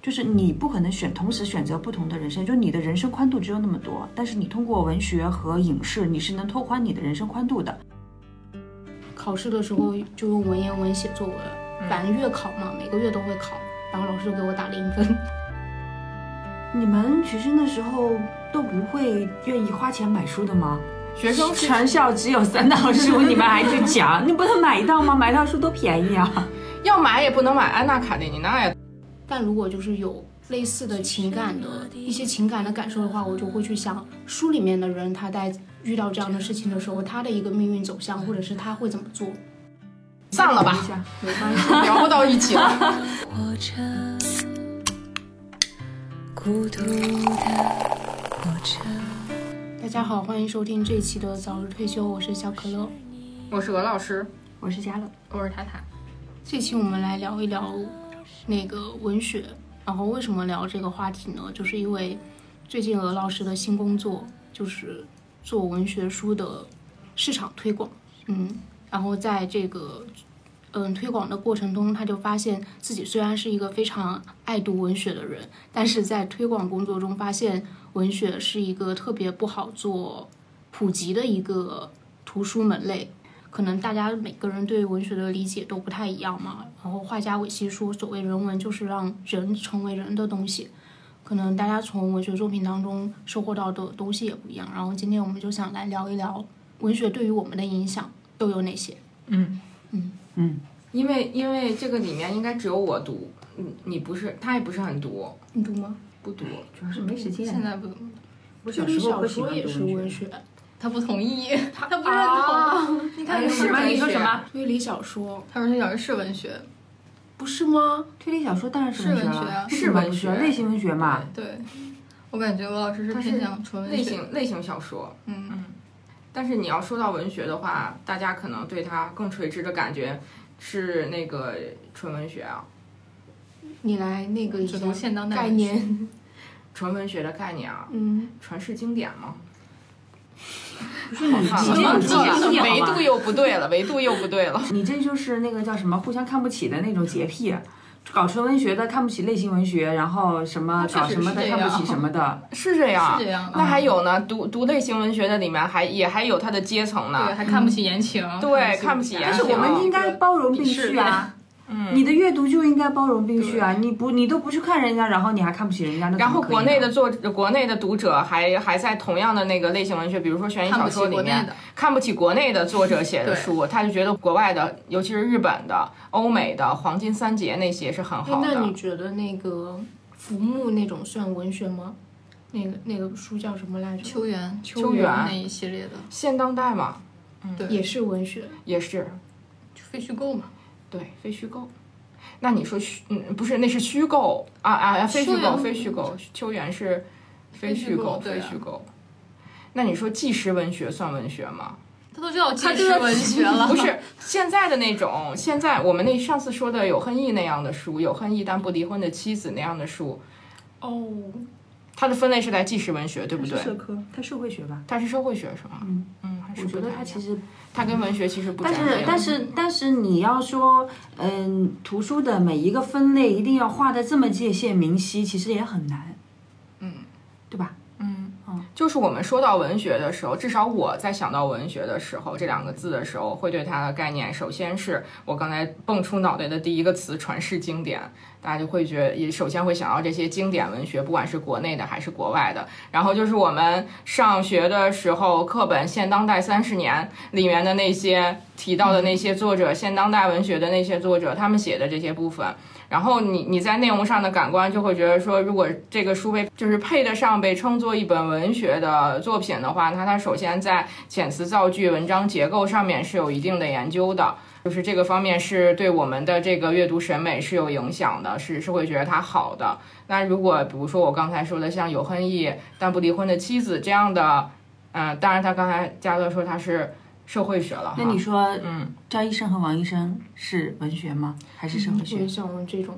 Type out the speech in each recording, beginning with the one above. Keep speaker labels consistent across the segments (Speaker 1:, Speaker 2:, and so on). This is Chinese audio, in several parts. Speaker 1: 就是你不可能选同时选择不同的人生，就你的人生宽度只有那么多，但是你通过文学和影视，你是能拓宽你的人生宽度的。
Speaker 2: 考试的时候就用文言文写作文，反正月考嘛，每个月都会考，然后老师就给我打零分。
Speaker 1: 你们学生的时候都不会愿意花钱买书的吗？
Speaker 3: 学生是
Speaker 1: 全校只有三套书，你们还去抢？你不能买一套吗？买一套书多便宜啊！
Speaker 3: 要买也不能买安娜·卡列尼娜呀。
Speaker 2: 但如果就是有类似的情感的一些情感的感受的话，我就会去想书里面的人他在遇到这样的事情的时候，他的一个命运走向，或者是他会怎么做。
Speaker 3: 散了吧，
Speaker 2: 没关系，
Speaker 3: 聊不到一起了。
Speaker 4: 活着，孤独的活着。
Speaker 2: 大家好，欢迎收听这一期的早日退休，我是小可乐。
Speaker 3: 我是鹅老师，
Speaker 1: 我是佳乐，
Speaker 3: 我是塔塔。
Speaker 2: 这期我们来聊一聊那个文学，然后为什么聊这个话题呢？就是因为最近鹅老师的新工作就是做文学书的市场推广，嗯，然后在这个嗯推广的过程中，他就发现自己虽然是一个非常爱读文学的人，但是在推广工作中发现文学是一个特别不好做普及的一个图书门类，可能大家每个人对文学的理解都不太一样嘛。然后画家韦西说，所谓人文就是让人成为人的东西，可能大家从文学作品当中收获到的东西也不一样。然后今天我们就想来聊一聊文学对于我们的影响都有哪些。
Speaker 3: 因为因为这个里面应该只有我读，你你不是，他也不是很读，
Speaker 2: 你读吗？
Speaker 3: 不读。
Speaker 1: 主要是没时间。
Speaker 3: 现在不读，
Speaker 1: 我小
Speaker 2: 就
Speaker 1: 时
Speaker 2: 是
Speaker 1: 候
Speaker 2: 小
Speaker 1: 可喜
Speaker 2: 说
Speaker 1: 欢
Speaker 2: 也是
Speaker 1: 读
Speaker 2: 文
Speaker 1: 文学。
Speaker 2: 学，
Speaker 5: 他不同意，他不认同。
Speaker 3: 啊，
Speaker 5: 你
Speaker 3: 哎
Speaker 5: 看，
Speaker 3: 是
Speaker 5: 是
Speaker 3: 吗
Speaker 5: 文
Speaker 3: 你说
Speaker 5: 学
Speaker 3: 什么？
Speaker 2: 推理小说
Speaker 5: 他说那小说是文学，
Speaker 2: 不是吗？
Speaker 1: 推理小说当然是
Speaker 5: 是
Speaker 1: 文学
Speaker 5: 文学
Speaker 1: 了，
Speaker 5: 啊
Speaker 1: 为什么不
Speaker 3: 是文学
Speaker 1: 类型文学嘛。
Speaker 5: 对。我感觉罗老师是
Speaker 3: 它是
Speaker 5: 偏向纯文
Speaker 3: 类
Speaker 5: 学，
Speaker 3: 型类型小说。
Speaker 5: 嗯，
Speaker 3: 但是你要说到文学的话，大家可能对它更垂直的感觉是那个纯文学啊，
Speaker 2: 你来那个一
Speaker 5: 只读
Speaker 2: 下
Speaker 5: 现当代
Speaker 2: 概
Speaker 5: 文学。
Speaker 2: 念，
Speaker 3: 纯文学的概念啊，
Speaker 2: 嗯，
Speaker 3: 传世经典嘛。
Speaker 1: 不是你
Speaker 3: 好
Speaker 1: 这
Speaker 3: 了
Speaker 1: 种
Speaker 3: 忘记
Speaker 1: 洁
Speaker 3: 了
Speaker 1: 癖好
Speaker 3: 维
Speaker 1: 吧
Speaker 3: 度又不对了，维度又不对了。
Speaker 1: 你这就是那个叫什么互相看不起的那种洁癖，搞纯文学的看不起类型文学，然后什么
Speaker 5: 确
Speaker 1: 搞
Speaker 5: 实
Speaker 1: 什么
Speaker 5: 是
Speaker 1: 的
Speaker 5: 这
Speaker 1: 看不起
Speaker 5: 样
Speaker 1: 什么 的。
Speaker 3: 是这样，
Speaker 5: 是这样的嗯
Speaker 3: 那还有呢，读读类型文学的里面还也还有它的阶层
Speaker 5: 对，
Speaker 3: 呢。
Speaker 5: 还看不起言情，
Speaker 3: 啊嗯对看不起言
Speaker 1: 但
Speaker 3: 情
Speaker 1: 是我们应
Speaker 5: 应
Speaker 1: 该
Speaker 5: 该
Speaker 1: 包容并蓄啊，
Speaker 3: 嗯
Speaker 1: 你的阅读就应该包容并蓄啊！你不你都不去看人家，然后你还看不起人家，那
Speaker 3: 然后
Speaker 1: 怎么
Speaker 3: 国
Speaker 1: 可以呢
Speaker 3: 内的作国内的读者还还在同样的那个类型文学，比如说悬疑
Speaker 5: 看
Speaker 3: 小
Speaker 5: 不起
Speaker 3: 说里
Speaker 5: 国内
Speaker 3: 面
Speaker 5: 的，
Speaker 3: 看不起国内的作者写的
Speaker 5: 对
Speaker 3: 书，他就觉得国外的，尤其是日本的、欧美的黄金三杰那些是很
Speaker 2: 哎
Speaker 3: 好
Speaker 2: 那你
Speaker 3: 的。
Speaker 2: 觉得那个浮木那种算文学吗？那个那个书叫什么来着？
Speaker 5: 秋园、
Speaker 3: 秋园
Speaker 5: 那一系列的，
Speaker 3: 现当代嘛，
Speaker 2: 也是文学，
Speaker 3: 也是
Speaker 5: 就非虚构嘛，
Speaker 3: 对非虚构。那你说虚嗯不是那是虚构啊啊非虚
Speaker 5: 秋
Speaker 3: 构
Speaker 5: 园
Speaker 3: 非虚构，秋园是非
Speaker 5: 非虚
Speaker 3: 虚构
Speaker 5: 构对
Speaker 3: 非
Speaker 5: 啊
Speaker 3: 虚构。那你说纪实文学算文学吗？
Speaker 5: 他都知道纪
Speaker 3: 他
Speaker 5: 实
Speaker 3: 就是
Speaker 5: 文学了，
Speaker 3: 不是现在的那种，现在我们那上次说的有恨意那样的书，有恨意但不离婚的妻子那样的书，
Speaker 2: 哦，
Speaker 3: 它的分类是在纪实文学，对不对
Speaker 1: 它？是社科，它社会学吧？
Speaker 3: 它是社会学是吗？嗯嗯，还是
Speaker 1: 我觉
Speaker 3: 不
Speaker 1: 得
Speaker 3: 太
Speaker 1: 它
Speaker 3: 一
Speaker 1: 其
Speaker 3: 样
Speaker 1: 实
Speaker 3: 它跟文学其实不
Speaker 1: 但
Speaker 3: 沾
Speaker 1: 是
Speaker 3: 边。
Speaker 1: 但是但是你要说，嗯，图书的每一个分类一定要画的这么界限明晰，其实也很难，
Speaker 3: 嗯，
Speaker 1: 对吧？
Speaker 3: 就是我们说到文学的时候，至少我在想到文学的时候这两个字的时候，会对它的概念，首先是我刚才蹦出脑袋的第一个词“传世经典”，大家就会觉得也首先会想到这些经典文学，不管是国内的还是国外的。然后就是我们上学的时候课本《现当代三十年》里面的那些提到的那些作者，现当代文学的那些作者，他们写的这些部分。然后你你在内容上的感官就会觉得说，如果这个书被就是配得上被称作一本文学的作品的话，那它首先在遣词造句、文章结构上面是有一定的研究的，就是这个方面是对我们的这个阅读审美是有影响的，是是会觉得它好的。那如果比如说我刚才说的像有恨意但不离婚的妻子这样的，嗯、当然他刚才嘉乐说他是社会学了哈，
Speaker 1: 那你说
Speaker 3: 嗯。
Speaker 1: 张医生和王医生是文学吗？还是社会
Speaker 2: 我
Speaker 1: 学
Speaker 2: 也？想问这种，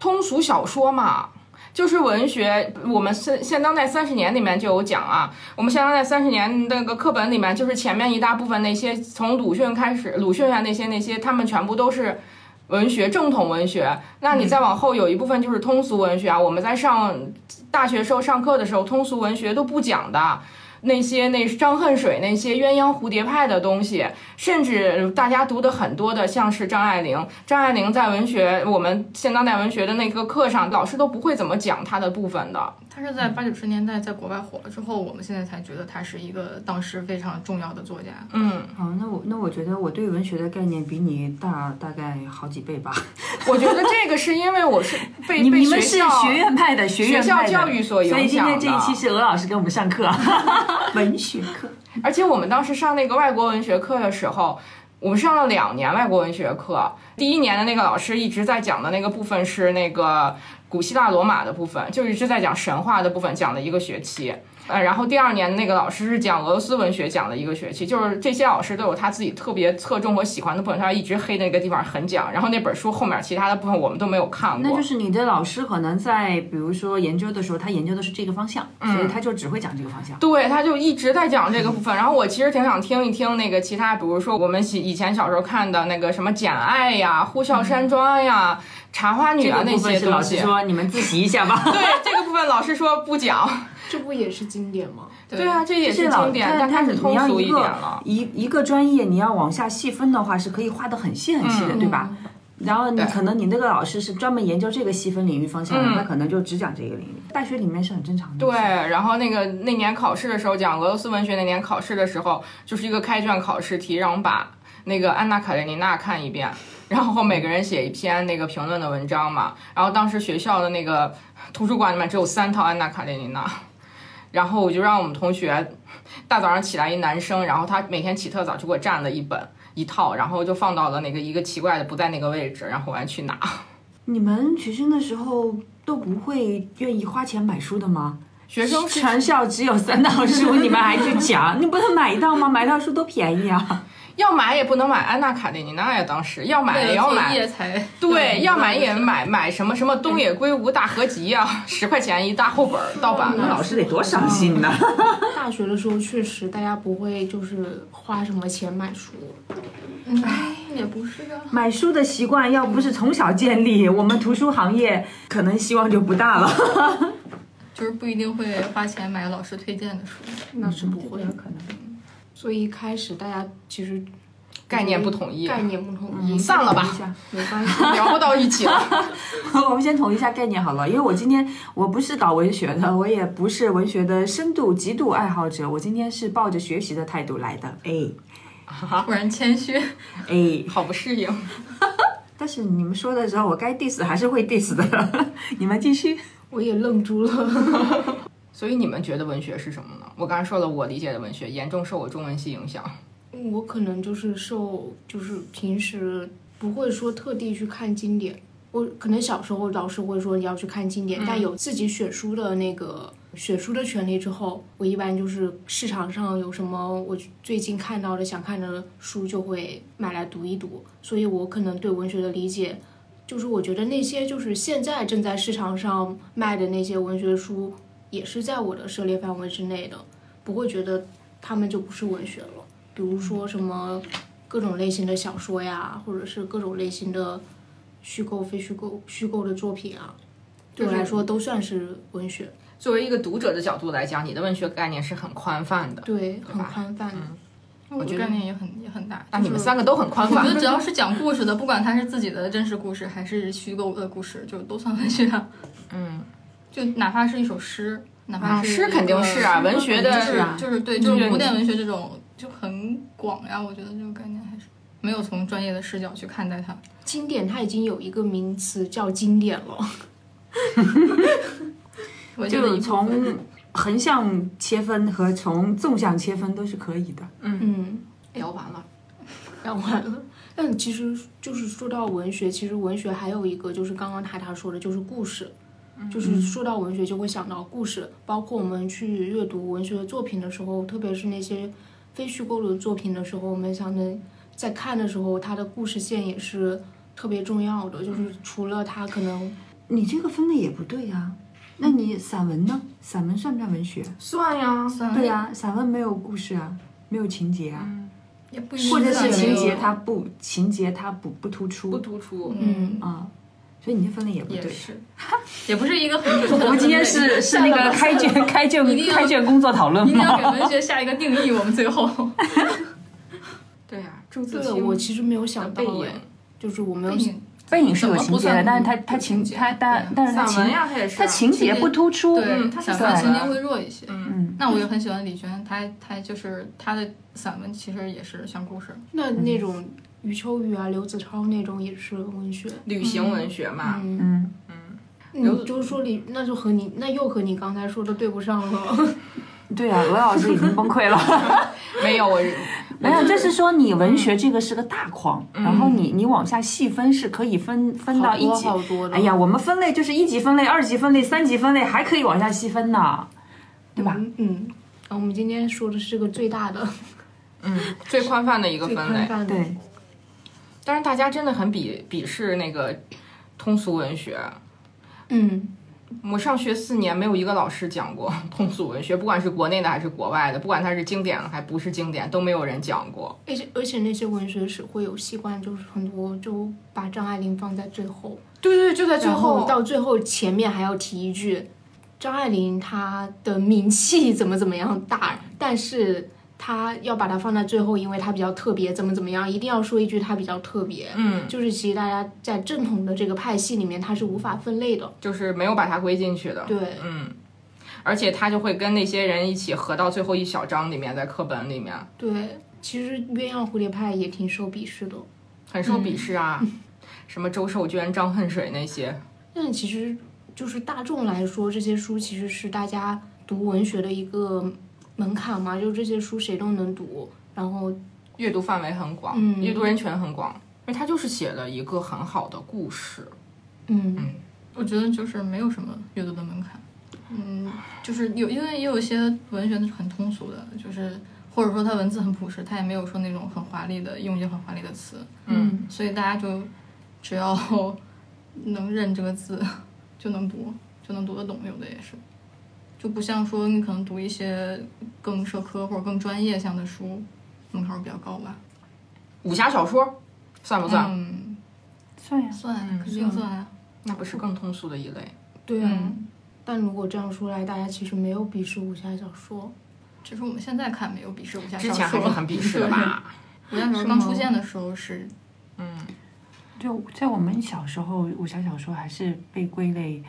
Speaker 3: 通俗小说嘛，就是文学。我们现现当代三十年里面就有讲啊，我们现当代三十年那个课本里面，就是前面一大部分那些从鲁迅开始，鲁迅啊那些那些，他们全部都是文学、正统文学。那你再往后有一部分就是通俗文学啊，我们在上大学时候上课的时候，通俗文学都不讲的。那些那张恨水那些鸳鸯蝴蝶派的东西，甚至大家读的很多的，像是张爱玲。张爱玲在文学我们现当代文学的那个课上，老师都不会怎么讲她的部分的。
Speaker 5: 他是在八九十年代在国外火了之后，我们现在才觉得他是一个当时非常重要的作家。
Speaker 3: 嗯，
Speaker 1: 哦，那我那我觉得我对文学的概念比你大大概好几倍吧。
Speaker 3: 我觉得这个是因为我是 被
Speaker 1: 你
Speaker 3: 被
Speaker 1: 你
Speaker 3: 学
Speaker 1: 们是
Speaker 3: 校
Speaker 1: 学院派的，学院
Speaker 3: 学校
Speaker 1: 派的
Speaker 3: 教育所影
Speaker 1: 所
Speaker 3: 响的
Speaker 1: 以今天这一期是鹅老师给我们上 课，文学课。
Speaker 3: 而且我们当时上那个外国文学课的时候，我们上了两年外国文学课。第一年的那个老师一直在讲的那个部分是那个古希腊罗马的部分，就一直在讲神话的部分，讲了一个学期。呃，然后第二年那个老师是讲俄罗斯文学，讲了一个学期。就是这些老师都有他自己特别侧重和喜欢的部分，他一直黑那个地方很讲。然后那本书后面其他的部分我们都没有看过。
Speaker 1: 那 就是你的老师可能在比如说研究的时候，他研究的是这个方向，
Speaker 3: 嗯
Speaker 1: 所以他就只会讲这个方向。
Speaker 3: 对，他就一直在讲这个部分。然后我其实挺想听一听那个其他，比如说我们以以前小时候看的那个什么《简爱》呀、《呼啸山庄》呀、茶花女》
Speaker 1: 嗯这
Speaker 3: 啊
Speaker 1: 个
Speaker 3: 那
Speaker 1: 部分
Speaker 3: 些
Speaker 1: 是老
Speaker 3: 东
Speaker 1: 师
Speaker 3: 西。
Speaker 1: 说你们自习一下吧。
Speaker 3: 对这个部分，老师说不讲。
Speaker 6: 这不也是经典吗？
Speaker 3: 对啊，这也
Speaker 1: 这
Speaker 3: 是
Speaker 1: 老
Speaker 3: 经典，
Speaker 1: 但
Speaker 3: 但
Speaker 1: 它
Speaker 3: 它是
Speaker 1: 你
Speaker 3: 通
Speaker 1: 要
Speaker 3: 俗
Speaker 1: 一
Speaker 3: 一点
Speaker 1: 个
Speaker 3: 了。
Speaker 1: 一一个专业，你要往下细分的话，是可以划得很细很细的，对吧？然后你
Speaker 3: 嗯对
Speaker 1: 可能你那个老师是专门研究这个细分领域方向的，
Speaker 3: 嗯
Speaker 1: 他可能就只讲这个领域。大学里面是很正常的。
Speaker 3: 对，然后那个那年考试的时候，讲俄罗斯文学那年考试的时候，就是一个开卷考试题，让我们把那个《安娜·卡列尼娜》看一遍，然后每个人写一篇那个评论的文章嘛。然后当时学校的那个图书馆里面只有三套《安娜·卡列尼娜》，然后我就让我们同学大早上起来一男生，然后他每天起特早就给我占了一本。一套，然后就放到了那个一个奇怪的不在那个位置，然后我还去拿。
Speaker 1: 你们学生的时候都不会愿意花钱买书的吗？
Speaker 3: 学生是
Speaker 1: 全校只有三套书，你们还去抢？你不能买一套吗？买一套书多便宜啊！
Speaker 3: 要买也不能买《安娜·卡列尼娜》呀，当时要买
Speaker 5: 为
Speaker 3: 也
Speaker 5: 了
Speaker 3: 要
Speaker 5: 作
Speaker 3: 买
Speaker 5: 业才
Speaker 3: 对，要买也买买什么什么东野圭吾大合集呀、十块钱一大厚本儿盗版
Speaker 1: 那
Speaker 3: 的。
Speaker 1: 老师得多伤心呐！
Speaker 2: 大学的时候确实大家不会就是花什么钱买书，
Speaker 5: 也不是啊。
Speaker 1: 买书的习惯要不是从小建立，我们图书行业可能希望就不大了。
Speaker 5: 就是不一定会花钱买老师推荐的书。
Speaker 2: 那是
Speaker 3: 嗯
Speaker 2: 不会。
Speaker 1: 可能
Speaker 2: 所以一开始大家其实
Speaker 3: 概念不统一，嗯
Speaker 2: 概念不统一，
Speaker 3: 散了吧，
Speaker 2: 没关系。
Speaker 3: 聊不到一起了。
Speaker 1: 我们先统一下概念好了，因为我今天我不是搞文学的，我也不是文学的深度极度爱好者，我今天是抱着学习的态度来的。哎
Speaker 5: 突然谦虚，
Speaker 1: 哎，
Speaker 3: 好不适应。
Speaker 1: 但是你们说的时候，我该 diss 还是会 diss 的。 你们继续。
Speaker 2: 我也愣住 了。
Speaker 3: 所以你们觉得文学是什么呢？我刚才说了，我理解的文学严重受我中文系影响。
Speaker 2: 嗯我可能就是受，就是平时不会说特地去看经典。我可能小时候老师会说你要去看经典，但有自己选书的那个选书的权利之后，我一般就是市场上有什么我最近看到的想看的书就会买来读一读。所以我可能对文学的理解，就是我觉得那些就是现在正在市场上卖的那些文学书，也是在我的涉猎范围之内的，不会觉得他们就不是文学了。比如说什么各种类型的小说呀，或者是各种类型的虚构、非虚构、虚构的作品啊，对我来说都算是文学，
Speaker 3: 作为一个读者的角度来讲，你的文学概念是很宽泛的。
Speaker 2: 对，嗯很宽泛的。
Speaker 5: 我的概念也很也很大。
Speaker 3: 那你们三个都很宽
Speaker 5: 我
Speaker 3: 泛
Speaker 5: 觉得。只要是讲故事的，不管它是自己的真实故事还是虚构的故事，就都算文学。嗯， 就哪怕是一首诗，哪怕
Speaker 3: 啊，
Speaker 5: 是
Speaker 3: 诗
Speaker 5: 一
Speaker 3: 肯定
Speaker 5: 个
Speaker 3: 是啊，文学的
Speaker 5: 就是哎就是对，就
Speaker 3: 就是是
Speaker 5: 古典文学这种就很广呀。我觉得这个概念还是没有从专业的视角去看待它。
Speaker 2: 经典它已经有一个名词叫经典了，
Speaker 5: 我
Speaker 1: 就
Speaker 5: 觉得一部分
Speaker 1: 从横向切分和从纵向切分都是可以的。
Speaker 2: 嗯。
Speaker 3: 聊完了，
Speaker 2: 讲完了。但其实就是说到文学，其实文学还有一个就是刚刚塔塔说的，就是故事。
Speaker 3: 嗯
Speaker 2: 就是说到文学，就会想到故事，包括我们去阅读文学作品的时候，特别是那些非虚构的作品的时候，我们想能在看的时候，它的故事线也是特别重要的。
Speaker 3: 嗯
Speaker 2: 就是除了它可能
Speaker 1: 你这个分的也不对呀、那你散文呢？散文算不算文学？
Speaker 3: 嗯算呀，
Speaker 5: 算
Speaker 1: 对呀、散文没有故事啊，没有情节啊。
Speaker 5: 也不一定
Speaker 1: 或者
Speaker 5: 算
Speaker 1: 是
Speaker 5: 没
Speaker 1: 情
Speaker 5: 有
Speaker 1: 节它不情节它不不突出，
Speaker 3: 不突出。
Speaker 5: 嗯，
Speaker 1: 啊，所以你这分类也不
Speaker 5: 也
Speaker 1: 对。
Speaker 5: 是， 也不是一个很准确的分类。
Speaker 1: 我们今天是是那个开卷 开卷
Speaker 5: 一定要
Speaker 1: 开卷工作讨论
Speaker 5: 一定要给
Speaker 1: 吗？
Speaker 5: 文学下一个定义，我们最后。
Speaker 3: 对呀、朱自
Speaker 2: 对，
Speaker 3: 清
Speaker 2: 我其实没有想到
Speaker 3: 背影
Speaker 2: 哎，就是我没有
Speaker 5: 背
Speaker 2: 想
Speaker 5: 影
Speaker 1: 背影是有情节
Speaker 5: 怎么
Speaker 1: 的，
Speaker 5: 不算
Speaker 1: 但是它它情
Speaker 5: 情节
Speaker 1: 它但但是它
Speaker 3: 散文
Speaker 1: 情
Speaker 3: 呀，他也是
Speaker 1: 它情节不突出，
Speaker 5: 啊
Speaker 1: 嗯啊
Speaker 5: 对，
Speaker 3: 他是
Speaker 5: 散
Speaker 1: 散
Speaker 5: 文
Speaker 1: 文
Speaker 5: 情节会弱一些。
Speaker 1: 嗯，
Speaker 5: 那我也很喜欢李娟，她她就是她的散文其实也是像故事，
Speaker 2: 那
Speaker 3: 嗯
Speaker 2: 那种余秋雨啊、刘子超那种也是文学。
Speaker 3: 旅行文学嘛。
Speaker 2: 嗯，
Speaker 1: 嗯，
Speaker 3: 刘
Speaker 2: 你就说李，那就和你那又和你刚才说的对不上了。
Speaker 1: 对啊，罗老师已经崩溃 了。
Speaker 3: 没有我，
Speaker 1: 没
Speaker 5: 嗯
Speaker 1: 有，就是说你文学这个是个大框，然后你你往下细分是可以分分到一级。
Speaker 2: 好多好多的
Speaker 1: 哎呀，我们分类就是一级分类、二级分类、三级分类，还可以往下细分呢，对吧？
Speaker 2: 嗯嗯，然后我们今天说的是个最大的、
Speaker 3: 嗯， 最宽泛的一个
Speaker 2: 最
Speaker 3: 分
Speaker 2: 宽
Speaker 3: 类。
Speaker 5: 嗯
Speaker 2: 泛的。
Speaker 1: 对，
Speaker 3: 但是大家真的很鄙鄙视那个通俗文学。
Speaker 2: 嗯，
Speaker 3: 我上学四年，没有一个老师讲过 通俗文学，不管是国内的还是国外的，不管它是经典还不是经典，都没有人讲过。
Speaker 2: 而且而且那些文学史会有习惯，就是很多就把张爱玲放在最后，
Speaker 3: 对对，就在
Speaker 2: 然后到最后前面还要提一句，张爱玲她的名气怎么怎么样大，但是她要把它放在最后，因为她比较特别，怎么怎么样，一定要说一句她比较特别。
Speaker 3: 嗯，
Speaker 2: 就是其实大家在正统的这个派系里面，它是无法分类的。
Speaker 3: 就是没有把它归进去的。
Speaker 2: 对，
Speaker 3: 嗯，而且他就会跟那些人一起合到最后一小章里面，在课本里面
Speaker 2: 对，其实鸳鸯蝴蝶派也挺受鄙视的，
Speaker 3: 很受鄙视啊， 什么周寿娟、张恨水那些。
Speaker 2: 但其实就是大众来说，这些书其实是大家读文学的一个门槛嘛，就这些书谁都能读，然后
Speaker 3: 阅读范围很广，
Speaker 2: 嗯
Speaker 3: 阅读人群很广，因为他就是写了一个很好的故事。
Speaker 2: 嗯
Speaker 5: 我觉得就是没有什么阅读的门槛。嗯，就是有，因为也有一些文学很通俗的，就是或者说它文字很朴实，它也没有说那种很华丽的用一些很华丽的词，
Speaker 3: 嗯，
Speaker 5: 所以大家就只要 能认这个字就能读，就能读得懂，有的也是，就不像说你可能读一些更社科或者更专业向的书，门槛儿比较高吧。
Speaker 3: 武侠小说算不算？
Speaker 5: 嗯，
Speaker 1: 算呀，
Speaker 5: 算啊，
Speaker 3: 嗯
Speaker 5: 肯定算啊。
Speaker 3: 那不是更通俗的一类？
Speaker 2: 对啊。
Speaker 3: 嗯
Speaker 2: 但如果这样说来，大家其实没有鄙视武侠小说，
Speaker 5: 只是我们现在看没有鄙视武侠
Speaker 3: 之
Speaker 5: 小
Speaker 3: 前还是
Speaker 5: 说，
Speaker 3: 很鄙视的吧？
Speaker 5: 武侠小说刚出现的时候是
Speaker 3: 嗯，
Speaker 1: 就在我们小时候，武侠小说还是被归类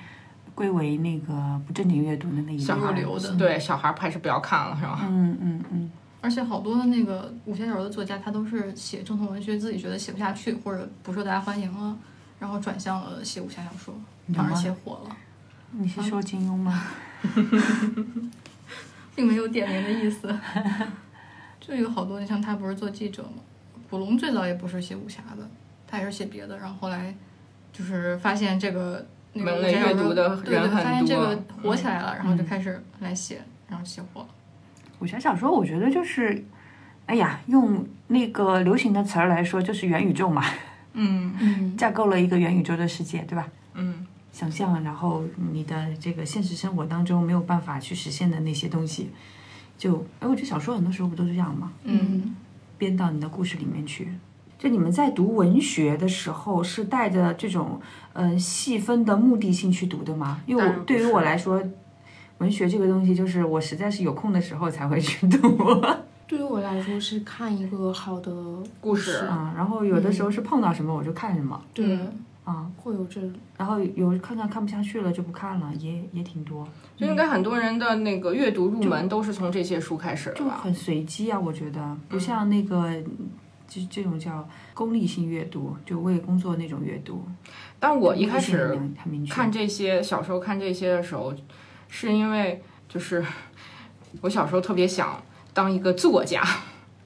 Speaker 1: 归为那个不正经阅读的那一
Speaker 3: 小
Speaker 5: 入
Speaker 3: 孩
Speaker 5: 流的，
Speaker 3: 对小孩儿还是不要看了，是吧？
Speaker 1: 嗯嗯嗯，
Speaker 5: 而且好多的那个武侠小说的作家，他都是写正统文学，自己觉得写不下去或者不受大家欢迎了，然后转向了写武侠小说，
Speaker 1: 有
Speaker 5: 反而
Speaker 1: 吗
Speaker 5: 写火了，
Speaker 1: 你是说金庸吗？
Speaker 5: 并没有点名的 意思。就有好多，你像他不是做记者吗？古龙最早也不是写武侠的，他也是写别的，然后后来就是发现这个那个
Speaker 3: 门
Speaker 5: 武
Speaker 3: 类
Speaker 5: 侠小
Speaker 3: 阅
Speaker 5: 说
Speaker 3: 读的
Speaker 5: 对
Speaker 3: 人
Speaker 5: 对，
Speaker 3: 很
Speaker 5: 发现这
Speaker 3: 多
Speaker 5: 个火起来了，然后就
Speaker 1: 嗯
Speaker 5: 开始来写，然后写火了。
Speaker 1: 武侠小说，我觉得就是，哎呀，用那个流行的词儿来说，就是元宇宙嘛，
Speaker 3: 嗯
Speaker 2: 嗯，
Speaker 1: 架构了一个元宇宙的世界，对吧？
Speaker 3: 嗯，
Speaker 1: 想象，然后你的这个现实生活当中没有办法去实现的那些东西，就，哎，我觉得小说很多时候不都是这样吗？
Speaker 5: 嗯，
Speaker 1: 编到你的故事里面去。就你们在读文学的时候，是带着这种嗯、呃细分的目的性去读的吗？因为
Speaker 3: 当然
Speaker 1: 我
Speaker 3: 不
Speaker 1: 对于
Speaker 3: 是
Speaker 1: 我来说，文学这个东西就是我实在是有空的时候才会去读。
Speaker 2: 对于我来说是看一个好的
Speaker 3: 故
Speaker 2: 事
Speaker 3: 事，
Speaker 1: 啊，然后有的时候是碰到什么我就看什么
Speaker 2: 对，
Speaker 3: 嗯
Speaker 1: 啊，
Speaker 2: 会有这种
Speaker 1: 然后有看看看不下去了就不看了，也也挺多，
Speaker 3: 就应该很多人的那个阅读入门都是从这些书开始的
Speaker 1: 就
Speaker 3: 吧？
Speaker 1: 很随机啊，我觉得不像那个。就这种叫功利性阅读，就为工作那种阅读。
Speaker 3: 但我一开
Speaker 1: 目的性
Speaker 3: 始
Speaker 1: 很明很明确，
Speaker 3: 看这些小时候看这些的时候，是因为就是 我小时候特别想当一个作家，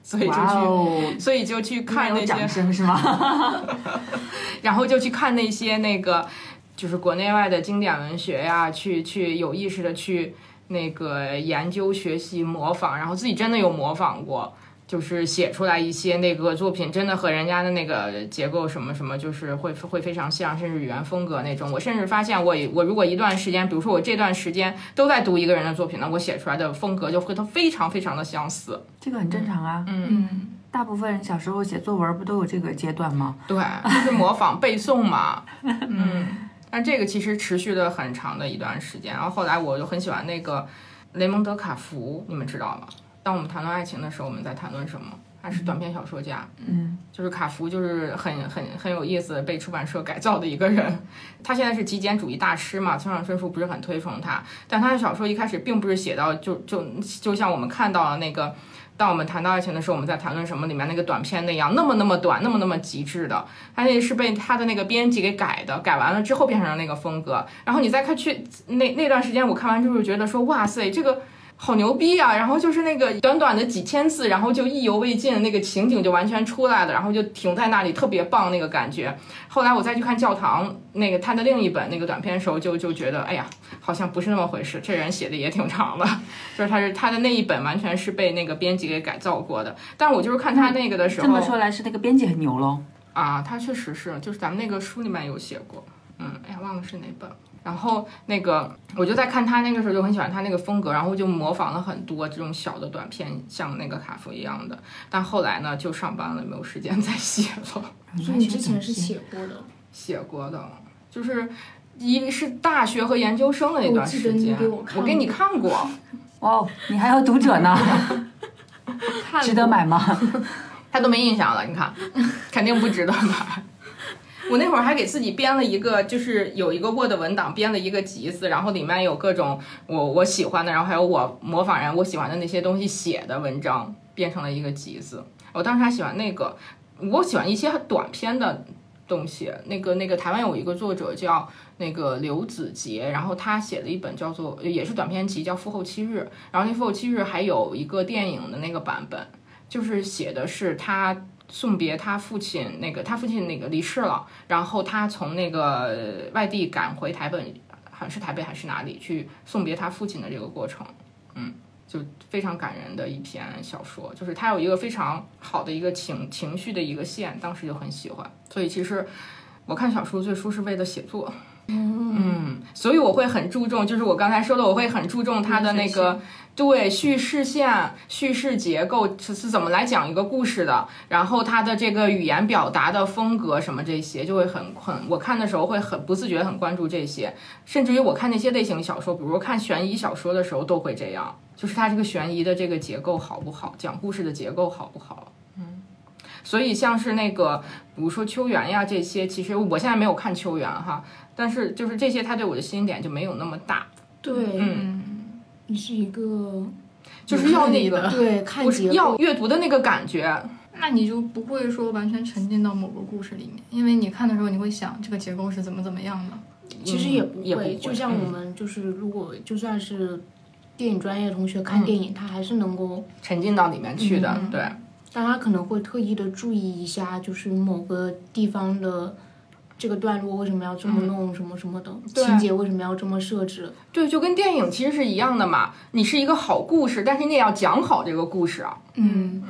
Speaker 3: 所以就去、
Speaker 1: 哇哦，
Speaker 3: 所以就去看
Speaker 1: 没
Speaker 3: 那
Speaker 1: 有掌
Speaker 3: 些，
Speaker 1: 声是吗？
Speaker 3: 然后就去看那些那个就是国内外的经典文学呀，去去有意识的去那个研究学习模仿，然后自己真的有模仿过。就是写出来一些那个作品，真的和人家的那个结构什么什么，就是会会非常像，甚至语言风格那种。我甚至发现我，我如果一段时间，比如说我这段时间都在读一个人的作品，那我写出来的风格就和他非常非常的相似。
Speaker 1: 这个很正常啊。
Speaker 3: 嗯，
Speaker 5: 嗯，
Speaker 1: 大部分小时候写作文不都有这个阶段吗？
Speaker 3: 对，就是模仿背诵嘛。嗯，但这个其实持续了很长的一段时间。然后后来我就很喜欢那个雷蒙德·卡福，你们知道吗？当我们谈论爱情的时候，我们在谈论什么？他是短篇小说家，
Speaker 1: 嗯，
Speaker 3: 就是卡福，就是很很很有意思，被出版社改造的一个人。 他现在是极简主义大师嘛，村上春树不是很推崇他，但他的小说一开始并不是写到就就就像我们看到了那个，当我们谈到爱情的时候，我们在谈论什么里面那个短篇那样，那么那么短，那么那么极致的，他那是被他的那个编辑给改的，改完了之后变成了那个风格。然后你再看去那那段时间，我看完之后觉得说，哇塞，这个。好牛逼啊！然后就是那个短短的几千字，然后就意犹未尽，那个情景就完全出来了，然后就停在那里，特别棒那个感觉。后来我再去看《教堂》那个他的另一本那个短篇的时候，就就觉得，哎呀，好像不是那么回事。这人写的也挺长的， 就是他是他的那一本完全是被那个编辑给改造过的。但我就是看他那个的时
Speaker 1: 嗯这
Speaker 3: 候，
Speaker 1: 么说来是那个编辑很牛喽。
Speaker 3: 啊，他确实是，就是咱们那个书里面有写过，嗯，哎呀，忘了是哪本。然后那个，我就在看他那个时候就很喜欢他那个风格，然后就模仿了很多这种小的短片，像那个卡夫一样的。但后来呢，就上班了，没有时间 再写了。
Speaker 2: 所以你之前是写过
Speaker 3: 嗯
Speaker 2: 的，
Speaker 3: 写过的，就是一是大学和研究生的那段时
Speaker 2: 我记得你
Speaker 3: 间，
Speaker 2: 给我看过
Speaker 3: 给你看过，
Speaker 1: 哇哦，你还有读 者呢，
Speaker 2: 看
Speaker 1: 值得买吗？
Speaker 3: 他都没印象了，你看，肯定不值得买。 我那会儿还给自己编了一个，就是有一个 Word 文档，编了一个集子，然后里面有各种我我喜欢的，然后还有我模仿人我喜欢的那些东西写的文章，变成了一个集子。我当时还喜欢那个，我喜欢一些短篇的东西。那个那个台湾有一个作者叫那个刘子杰，然后他写了一本叫做也是短篇集，叫《复后七日》，然后那《复后七日》还有一个电影的那个版本。就是写的是他送别他父亲那个，他父亲那个离世了，然后他从那个外地赶回台北，好像是台北还是哪里去送别他父亲的这个过程，嗯，就非常感人的一篇小说，就是他有一个非常好的一个情情绪的一个线，当时就很喜欢，所以其实我看小说最初是为了写作，嗯，所以我会很注重，就是我刚才说的，我会很注重他的那个。对叙事线、叙事结构是是怎么来讲一个故事的，然后它的这个语言表达的风格什么这些，就会很很我看的时候会很不自觉地很关注这些，甚至于我看那些类型小说，比如看悬疑小说的时候都会这样，就是它这个悬疑的这个结构好不好，讲故事的结构好不好，嗯，所以像是那个比如说秋园呀这些，其实我现在没有看秋园哈，但是就是这些它对我的吸引点就没有那么大，
Speaker 2: 对，
Speaker 3: 嗯，
Speaker 2: 你是一个
Speaker 3: 就是要那
Speaker 2: 你
Speaker 3: 个。
Speaker 2: 对看
Speaker 3: 我
Speaker 2: 结
Speaker 3: 是
Speaker 2: 果
Speaker 3: 要阅读的那个感觉，
Speaker 5: 那你就不会说完全沉浸到某个故事里面，因为你看的时候你会想这个结构是怎么怎么样的。
Speaker 2: 其实
Speaker 3: 嗯
Speaker 2: 也不会，
Speaker 3: 也不会
Speaker 2: 就像我们就是如果就算是电影专业同学
Speaker 3: 嗯
Speaker 2: 看电影，他还是能够，
Speaker 3: 沉浸到里面去
Speaker 2: 嗯
Speaker 3: 的。对，
Speaker 2: 但他可能会特意的注意一下，就是某个地方的。这个段落为什么要这么弄？什么什么的
Speaker 3: 嗯对
Speaker 2: 情节为什么要这么设置？
Speaker 3: 对，就跟电影其实是一样的嘛。你是一个好故事，但是你也要讲好这个故事啊。
Speaker 2: 嗯，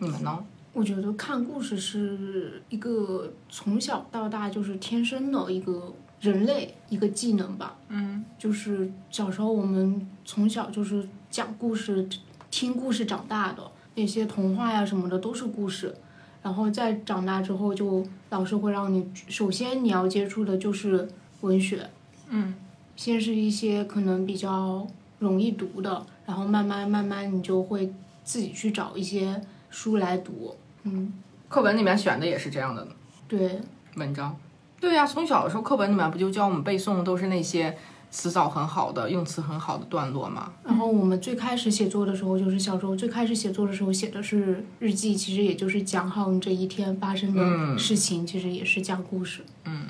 Speaker 3: 你们呢？
Speaker 2: 我觉得看故事是一个从小到大就是天生的一个人类一个技能吧。
Speaker 3: 嗯，
Speaker 2: 就是小时候我们从小就是讲故事、听故事长大的，那些童话呀什么的都是故事。然后再长大之后，就老师会让你首先你要接触的就是文学，
Speaker 3: 嗯，
Speaker 2: 先是一些可能比较容易读的，然后慢慢慢慢你就会自己去找一些书来读，嗯，
Speaker 3: 课文里面选的也是这样的
Speaker 2: 对，
Speaker 3: 文章。对呀、从小的时候课文里面不就教我们背诵都是那些词藻很好的、用词很好的段落吗？
Speaker 2: 然后我们最开始写作的时候，就是小时候最开始写作的时候写的是日记，其实也就是讲好你这一天发生的
Speaker 3: 嗯
Speaker 2: 事情，其实也是讲故事。
Speaker 3: 嗯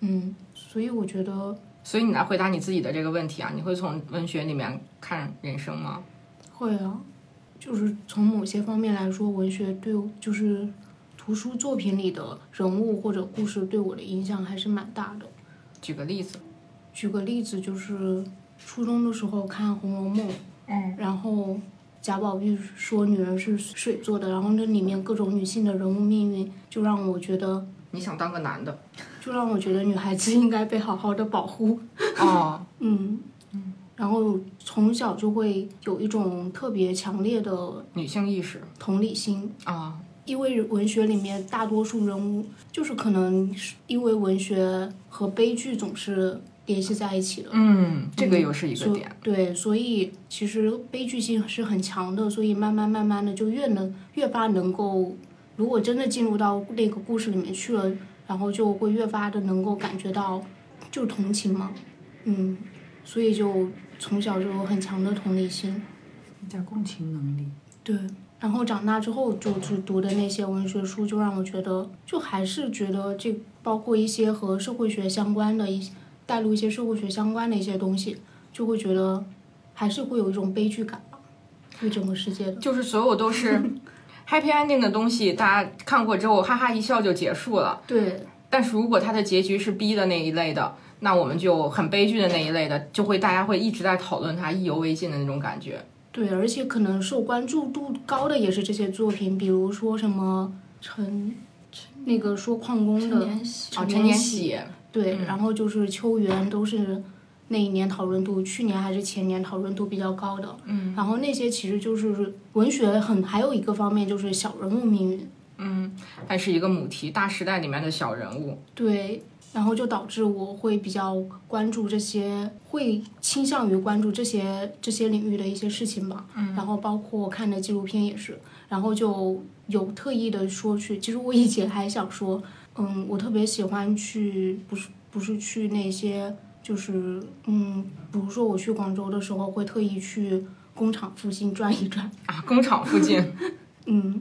Speaker 2: 嗯，所以我觉得
Speaker 3: 所以你来回答你自己的这个问题啊，你会从文学里面看人生吗？
Speaker 2: 会啊，就是从某些方面来说，文学对我就是图书作品里的人物或者故事对我的影响还是蛮大的。
Speaker 3: 举个例子，
Speaker 2: 举个例子，就是初中的时候看《红楼梦》，嗯，然后贾宝玉说女人是水做的，然后那里面各种女性的人物命运，就让我觉得，
Speaker 3: 你想当个男的
Speaker 2: 就让我觉得女孩子应该被好好的保护，
Speaker 3: 哦，
Speaker 2: 嗯。然后从小就会有一种特别强烈的
Speaker 3: 女性意识
Speaker 2: 同理心，
Speaker 3: 啊、
Speaker 2: 因为文学里面大多数人物就是可能是因为文学和悲剧总是联系在一起的，
Speaker 3: 嗯，这个又是一个
Speaker 2: 所
Speaker 3: 点，
Speaker 2: 对，所以其实悲剧性是很强的，所以慢慢慢慢的就越能越发能够，如果真的进入到那个故事里面去了，然后就会越发的能够感觉到就同情嘛，嗯，所以就从小就有很强的同理心，
Speaker 1: 叫共 情能力。
Speaker 2: 对。然后长大之后就去读的那些文学书，就让我觉得，就还是觉得这包括一些和社会学相关的一些带入一些社会学相关的一些东西，就会觉得还是会有一种悲剧感吧，对整个世界的。
Speaker 3: 就是所有都是 happy ending 的东西，大家看过之后哈哈一笑就结束了。
Speaker 2: 对
Speaker 3: 但是如果它的结局是 B 的那一类的，那我们就很悲剧的那一类的，就会大家会一直在讨论它，意犹未尽的那种感觉。
Speaker 2: 对，而且可能受关注度高的也是这些作品，比如说什么陈那个说矿工
Speaker 5: 陈
Speaker 2: 的，
Speaker 5: 年
Speaker 3: 啊，
Speaker 5: 喜
Speaker 2: 陈
Speaker 3: 陈年
Speaker 2: 年
Speaker 3: 喜，
Speaker 2: 对，然后就是秋园都是那一年讨论度，去年还是前年讨论度比较高的。嗯，然后那些其实就是文学很，还有一个方面就是小人物命运，
Speaker 3: 它是一个母题，《大时代》里面的小人物。
Speaker 2: 对，然后就导致我会比较关注这些，会倾向于关注这些这些领域的一些事情吧。嗯，然后包括我看的纪录片也是，然后就有特意的说去，其实我以前还想说，嗯，我特别喜欢去，不是不是去那些，就是嗯，比如说我去广州的时候，会特意去工厂附近转一转，
Speaker 3: 啊，工厂 附近
Speaker 2: 嗯，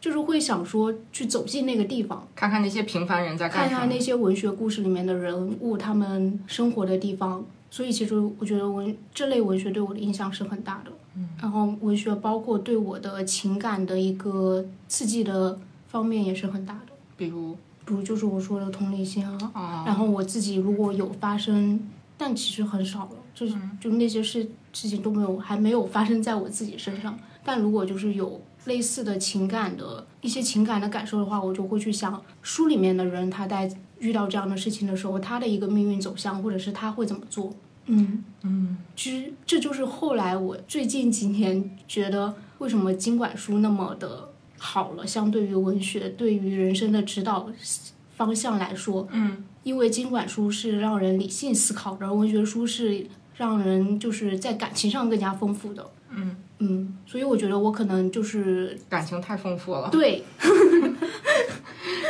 Speaker 2: 就是会想说去走进那个地方。
Speaker 3: 看看那些平凡人在干
Speaker 2: 看
Speaker 3: 什么。
Speaker 2: 看那些文学故事里面的人物，他们生活的地方。所以其实我觉得文这类文学对我的影响是很大的。
Speaker 3: 嗯
Speaker 2: 然后文学包括对我的情感的一个刺激的方面也是很大的，
Speaker 3: 比如
Speaker 2: 比如就是我说的同理心啊。
Speaker 3: 啊，
Speaker 2: 然后我自己如果有发生，但其实很少了，就是就那些事事情都没有，还没有发生在我自己身上。但如果就是有类似的情感的一些情感的感受的话，我就会去想书里面的人他在遇到这样的事情的时候，他的一个命运走向，或者是他会怎么做。嗯嗯，其实这就是后来我最近几年觉得为什么经管书那么的好了，相对于文学对于人生的指导方向来说，因为经管书是让人理性思考的，而文学书是让人就是在感情上更加丰富的。嗯嗯，所以我觉得我可能就是
Speaker 3: 感情太丰富了，
Speaker 2: 对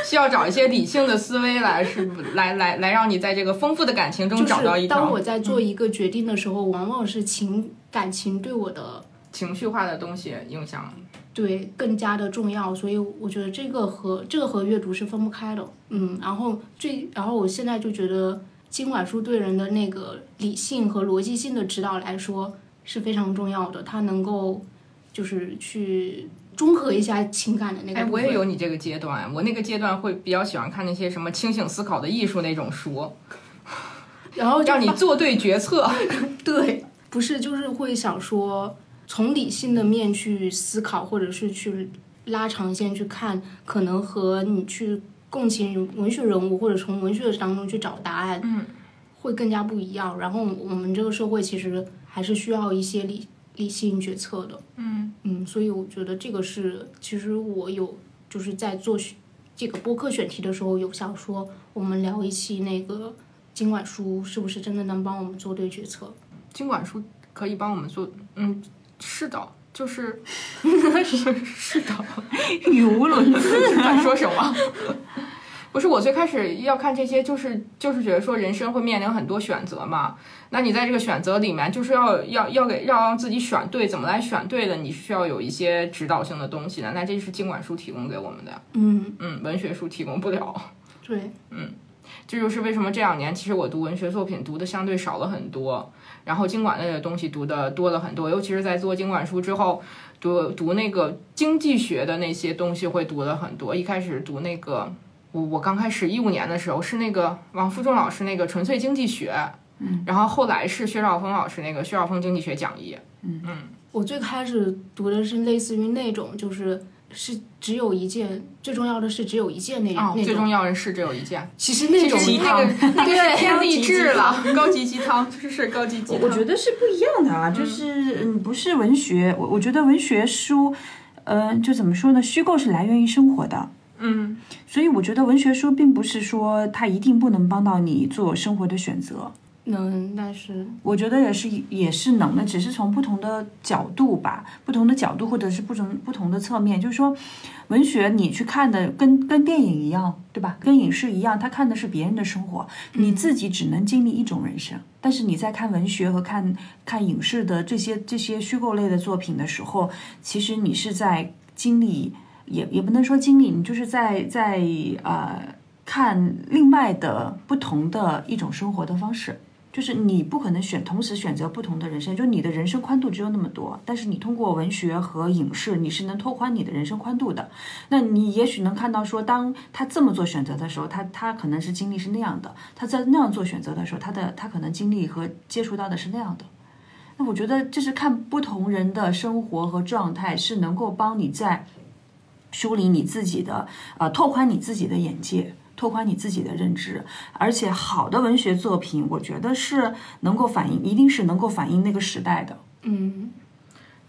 Speaker 3: 需要找一些理性的思维来，是不来来来让你在这个丰富的感情中找到一
Speaker 2: 就是当
Speaker 3: 条嗯
Speaker 2: 我在做一个决定的时候，往往是情感情对我的
Speaker 3: 情绪化的东西影响。
Speaker 2: 对更加的重要，所以我觉得这个和这个和阅读是分不开的。嗯，然后最然后我现在就觉得经管书对人的那个理性和逻辑性的指导来说是非常重要的，它能够就是去中和一下情感的那个
Speaker 3: 哎，
Speaker 2: 部
Speaker 3: 我
Speaker 2: 分。
Speaker 3: 也有你这个阶段，我那个阶段会比较喜欢看那些什么清醒思考的艺术那种书，
Speaker 2: 然后就
Speaker 3: 让你
Speaker 2: 发
Speaker 3: 做对决策。
Speaker 2: 对，不是就是会想说从理性的面去思考，或者是去拉长线去看，可能和你去共情文学人物，或者从文学当中去找答案，嗯，会更加不一样。然后我们这个社会其实还是需要一些理理性决策的，嗯嗯，所以我觉得这个是其实我有就是在做选这个播客选题的时候，有想说我们聊一期那个。经管书是不是真的能帮我们做对决策？
Speaker 3: 经管书可以帮我们做，嗯，是的，就是是的，
Speaker 1: 语无伦 次。
Speaker 3: 在说什么？不是我最开始要看这些，就是就是觉得说人生会面临很多选择嘛。那你在这个选择里面，就是要要要给要让自己选对，怎么来选对的，你是需要有一些指导性的东西的。那这是经管书提供给我们的，
Speaker 2: 嗯，
Speaker 3: 嗯，文学书提供不了。嗯
Speaker 2: 对，
Speaker 3: 这就是为什么这两年其实我读文学作品读的相对少了很多，然后经管类的东西读的多了很多，尤其是在做经管书之后，读读那个经济学的那些东西会读的很多。一开始读那个，我我刚开始一五年的时候是那个王负重老师那个纯粹经济学，嗯，然后后来是薛兆丰老师那个薛兆丰经济学讲义，
Speaker 2: 我最开始读的是类似于那种，就是是只有一件，最重要的是只有一件那、
Speaker 3: 啊、
Speaker 2: 那
Speaker 3: 最重
Speaker 2: 种。
Speaker 3: 要的是只有一件，
Speaker 2: 其实那种
Speaker 3: 其实那个那个 是偏励志了，高级鸡汤，就是是高级鸡
Speaker 1: 嗯
Speaker 3: 汤，
Speaker 1: 我觉得是不一样的啊，就是嗯，不是文学，我我觉得文学书。呃，就怎么说呢？虚构是来源于生活的，
Speaker 3: 嗯，
Speaker 1: 所以我觉得文学书并不是说它一定不能帮到你做生活的选择，
Speaker 2: 能，但是
Speaker 1: 我觉得也是也是能的，只是从不同的角度吧，不同的角度或者是不同不同的侧面，就是说，文学你去看的跟跟电影一样，对吧？跟影视一样，他看的是别人的生活，你自己只能经历一种人生。但是你在看文学和看看影视的这些这些虚构类的作品的时候，其实你是在经历，也也不能说经历，你就是在在呃看另外的不同的一种生活的方式。就是你不可能选同时选择不同的人生，就你的人生宽度只有那么多，但是你通过文学和影视，你是能拓宽你的人生宽度的。那你也许能看到说，当他这么做选择的时候，他他可能是经历是那样的；他在那样做选择的时候，他的他可能经历和接触到的是那样的。那我觉得这是看不同人的生活和状态，是能够帮你在梳理你自己的，呃，拓宽你自己的眼界。拓宽你自己的认知，而且好的文学作品，我觉得是能够反映，一定是能够反映那个时代的。
Speaker 2: 嗯，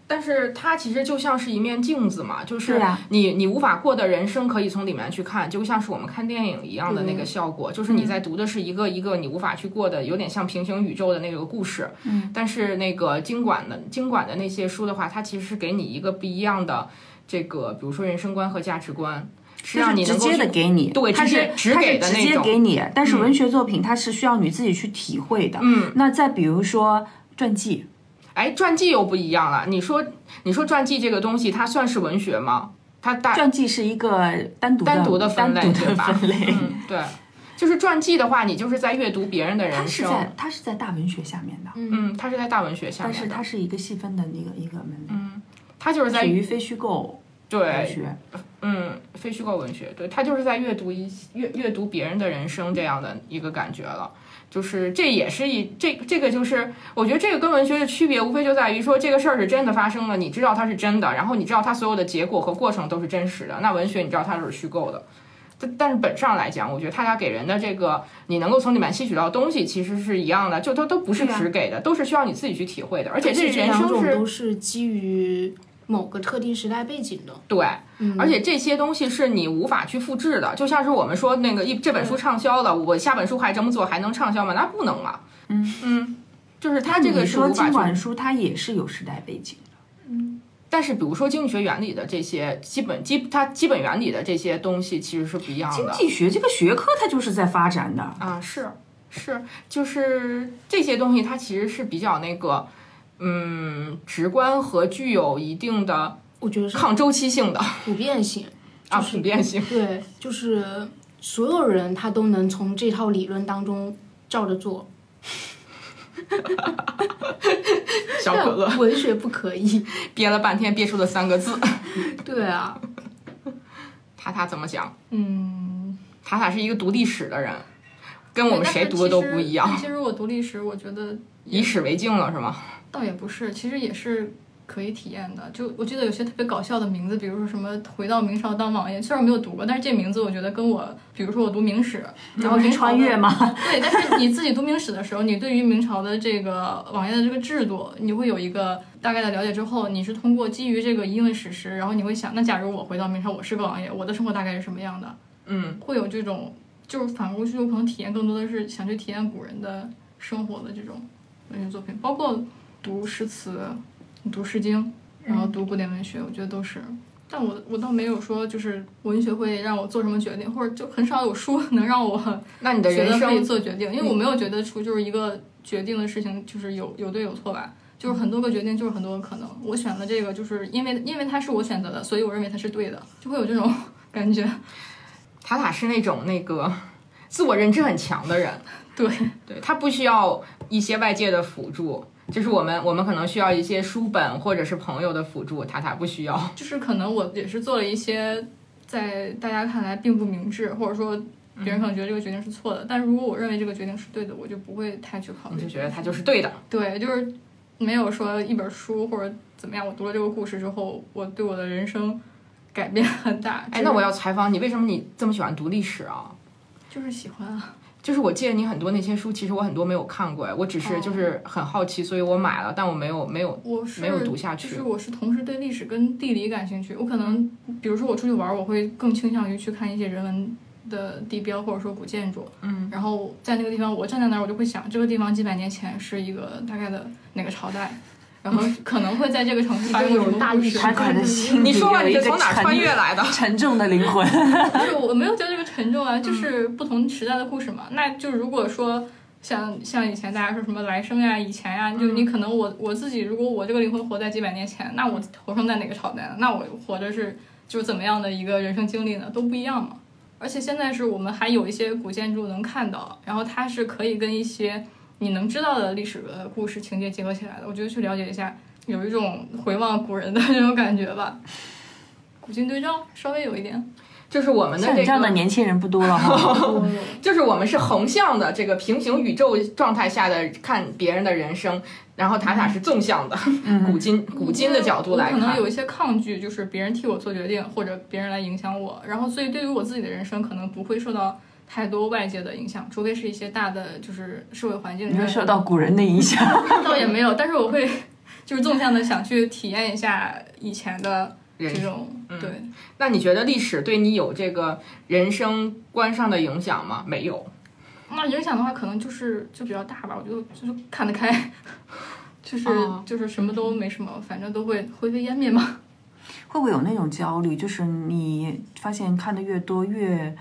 Speaker 3: 但是它其实就像是一面镜子嘛，就是
Speaker 1: 对啊
Speaker 3: 你、你无法过的人生可以从里面去看，就像是我们看电影一样的那个
Speaker 2: 对
Speaker 3: 效果，
Speaker 1: 嗯
Speaker 3: 就是你在读的是一个一个你无法去过的，有点像平行宇宙的那个故事。嗯，但是那个经管的经管的那些书的话，它其实是给你一个不一样的这个，比如说人生观和价值观，是
Speaker 1: 就
Speaker 3: 让
Speaker 1: 是
Speaker 3: 你
Speaker 1: 直
Speaker 3: 能够
Speaker 1: 接的
Speaker 3: 去
Speaker 1: 给你，
Speaker 3: 对
Speaker 1: 它
Speaker 3: 直
Speaker 1: 是
Speaker 3: 接直
Speaker 1: 它
Speaker 3: 给
Speaker 1: 是
Speaker 3: 的
Speaker 1: 直
Speaker 3: 那
Speaker 1: 接
Speaker 3: 种嗯
Speaker 1: 给你，但是文学作品它是需要你自己去体会的。嗯，那再比如说传记，
Speaker 3: 哎，传记又不一样了。你说，你说传记这个东西，它算是文学吗？它大
Speaker 1: 传记是一个单独的
Speaker 3: 单独
Speaker 1: 的
Speaker 3: 的分
Speaker 1: 嗯
Speaker 3: 类，
Speaker 1: 单独
Speaker 3: 对
Speaker 1: 的
Speaker 3: 吧？
Speaker 1: 分类，
Speaker 3: 嗯，对，就是传记的话，你就是在阅读别人的
Speaker 1: 它
Speaker 3: 人
Speaker 1: 是
Speaker 3: 生。
Speaker 1: 在它是在大文学下面的，
Speaker 3: 哦嗯，它是在大文学下
Speaker 1: 但是
Speaker 3: 面的，
Speaker 1: 它是一个细分的一个一个门类，
Speaker 3: 它就是在
Speaker 1: 属于非虚构文
Speaker 3: 对，
Speaker 1: 学。
Speaker 3: 嗯，非虚构文学，对，它就是在阅读一阅阅读别人的人生这样的一个感觉了。就是这也是一这这个就是，我觉得这个跟文学的区别，无非就在于说这个事儿是真的发生了，你知道它是真的，然后你知道它所有的结果和过程都是真实的。那文学你知道它是虚构的，但但是本质上来讲，我觉得它俩给人的这个你能够从里面吸取到的东西其实是一样的，就都都不是
Speaker 2: 对啊
Speaker 3: 只给的，都是需要你自己去体会的，而且这人
Speaker 2: 两
Speaker 3: 生
Speaker 2: 种
Speaker 3: 是
Speaker 2: 都是基于某个特定时代背景的。
Speaker 3: 对，
Speaker 2: 嗯，
Speaker 3: 而且这些东西是你无法去复制的，就像是我们说那个一这本书畅销了，我下本书还这么做还能畅销吗？那不能嘛。嗯嗯，就是它这
Speaker 1: 嗯你
Speaker 3: 个是
Speaker 1: 说
Speaker 3: 无法
Speaker 1: 经管
Speaker 3: 去。
Speaker 1: 书它也是有时代背景。
Speaker 3: 但是比如说经济学原理的这些基本基它基本原理的这些东西其实啊是不一样
Speaker 1: 经
Speaker 3: 的
Speaker 1: 济学这个学科它就是在发展的，
Speaker 3: 啊，是是，就是这些东西它其实是比较那个嗯直观和具有一定的
Speaker 2: 我觉得是
Speaker 3: 抗周期性的
Speaker 2: 普遍 性，
Speaker 3: 啊普遍性。
Speaker 2: 对，就是所有人他都能从这套理论当中照着做，
Speaker 3: 小 可乐
Speaker 2: 但文学不可以。
Speaker 3: 憋了半天憋出了三个字，
Speaker 2: 对啊，
Speaker 3: 塔塔怎么讲？
Speaker 5: 嗯，
Speaker 3: 塔塔是一个读历史的人，跟我们
Speaker 5: 对
Speaker 3: 谁读的都不一。样
Speaker 5: 但是，其实但其实我读历史，我觉得
Speaker 3: 以史为镜了是吗？
Speaker 5: 倒也不是，其实也是可以体验的。就我记得有些特别搞笑的名字，比如说什么“回到明朝当王爷”，虽然我没有读过，但是这名字我觉得跟我，比如说我读明史，然后明朝的
Speaker 1: 嗯穿越？吗？
Speaker 5: 对，但是你自己读明史的时候，你对于明朝的这个王爷的这个制度，你会有一个大概的了解。之后，你是通过基于这个一定的史实，然后你会想，那假如我回到明朝，我是个王爷，我的生活大概是什么样的？
Speaker 3: 嗯，
Speaker 5: 会有这种，就是反过去，我可能体验更多的是想去体验古人的生活的这种文学作品，包括读诗词、读诗经，然后读古典文学，我觉得都是。但我我倒没有说，就是文学会让我做什么决定，或者就很少有书 能让我
Speaker 3: 那你的
Speaker 5: 觉
Speaker 3: 人
Speaker 5: 得可以
Speaker 3: 生嗯
Speaker 5: 做决定，因为我没有觉得出就是一个决定的事情，就是有有对有错吧，就是很多个决定，就是很多个可能。我选了这个，就是因为因为它是我选择的，所以我认为它是对的，就会有这种 感觉。
Speaker 3: 塔塔是那种那个 自我认知很强的人，
Speaker 5: 对，
Speaker 3: 对他不需要一些外界的辅助。就是我们，我们可能需要一些书本或者是朋友的辅助，塔塔不需要。
Speaker 5: 就是可能我也是做了一些在大家看来并不明智，或者说别人可能觉得这个决定是错的，但如果我认为这个决定是对的，我就不会太去考
Speaker 3: 我
Speaker 5: 虑
Speaker 3: 就。觉得他就是对的。
Speaker 5: 对，就是没有说一本书或者怎么样，我读了这个故事之后，我对我的人生改变很大。
Speaker 3: 哎，那我
Speaker 5: 要
Speaker 3: 要采访你，为什么你这么喜欢读历史啊？
Speaker 5: 就是喜欢啊。
Speaker 3: 就是我借你很多那些书，其实我很多没有看过，我只
Speaker 5: 哦
Speaker 3: 是就是很好奇，所以我买了，但我没有没有
Speaker 5: 我是
Speaker 3: 没有读下去
Speaker 5: 就是我是同时对历史跟地理感兴趣。我可能，比如说我出去玩儿，我会更倾向于去看一些人文的地标或者说古建筑。嗯，然后在那个地方，我站在那儿，我就会想，这个地方几百年前是一个大概的哪个朝代，然后可能会在这个城市
Speaker 2: 发
Speaker 5: 就
Speaker 2: 现
Speaker 5: 有
Speaker 2: 有
Speaker 5: 什么
Speaker 2: 大
Speaker 5: 故
Speaker 2: 历
Speaker 5: 事
Speaker 2: 史
Speaker 1: 凯凯的心里
Speaker 3: 你说吧
Speaker 1: 嗯有一
Speaker 3: 你
Speaker 1: 个
Speaker 3: 是从哪儿
Speaker 1: 沉
Speaker 3: 穿越来的
Speaker 1: 沉重的灵 魂。
Speaker 5: 不是，我没有觉得这个沉重啊，就是不同时代的故事嘛。那就如果说像像以前大家说什么来生呀、以前呀，就你可能我我自己，如果我这个灵魂活在几百年前，那我投生在哪个朝代呢？那我活着是就是怎么样的一个人生经历呢？都不一样嘛。而且现在是我们还有一些古建筑能看到，然后它是可以跟一些你能知道的历史的故事情节结合起来的。我觉得去了解一下，有一种回望古人的 那种感觉吧。古今对照稍微有一点，
Speaker 3: 就是我们的
Speaker 1: 像你
Speaker 3: 这
Speaker 1: 这样的
Speaker 3: 个，
Speaker 1: 年轻人不多了 哈。
Speaker 3: 就是我们是横向的这个平行宇宙状态下的看别人的人生，然后
Speaker 1: 嗯
Speaker 3: 塔塔是纵向的， 古今古今的角度来
Speaker 5: 我可能
Speaker 3: 看
Speaker 5: 有。一些抗拒，就是别人替我做决定，或者别人来影响我，然后所以对于我自己的人生，可能不会受到太多外界的影响，除非是一些大的就是社会环境
Speaker 1: 你
Speaker 5: 的
Speaker 1: 会
Speaker 5: 影
Speaker 1: 受
Speaker 5: 响，
Speaker 1: 到古人的影响。
Speaker 5: 倒也没有，但是我会就是纵向的想去体验一下以前的
Speaker 3: 人
Speaker 5: 这
Speaker 3: 生嗯
Speaker 5: 种对。
Speaker 3: 那你觉得历史对你有这个人生观上的影响吗？没有。
Speaker 5: 那影响的话，可能就是就比较大吧，我觉得就是看得开， 就是、
Speaker 3: 哦
Speaker 5: 就是什么都没什么，反正都会灰飞烟灭嘛。
Speaker 1: 会不会有那种焦虑？就是你发现看的越多，越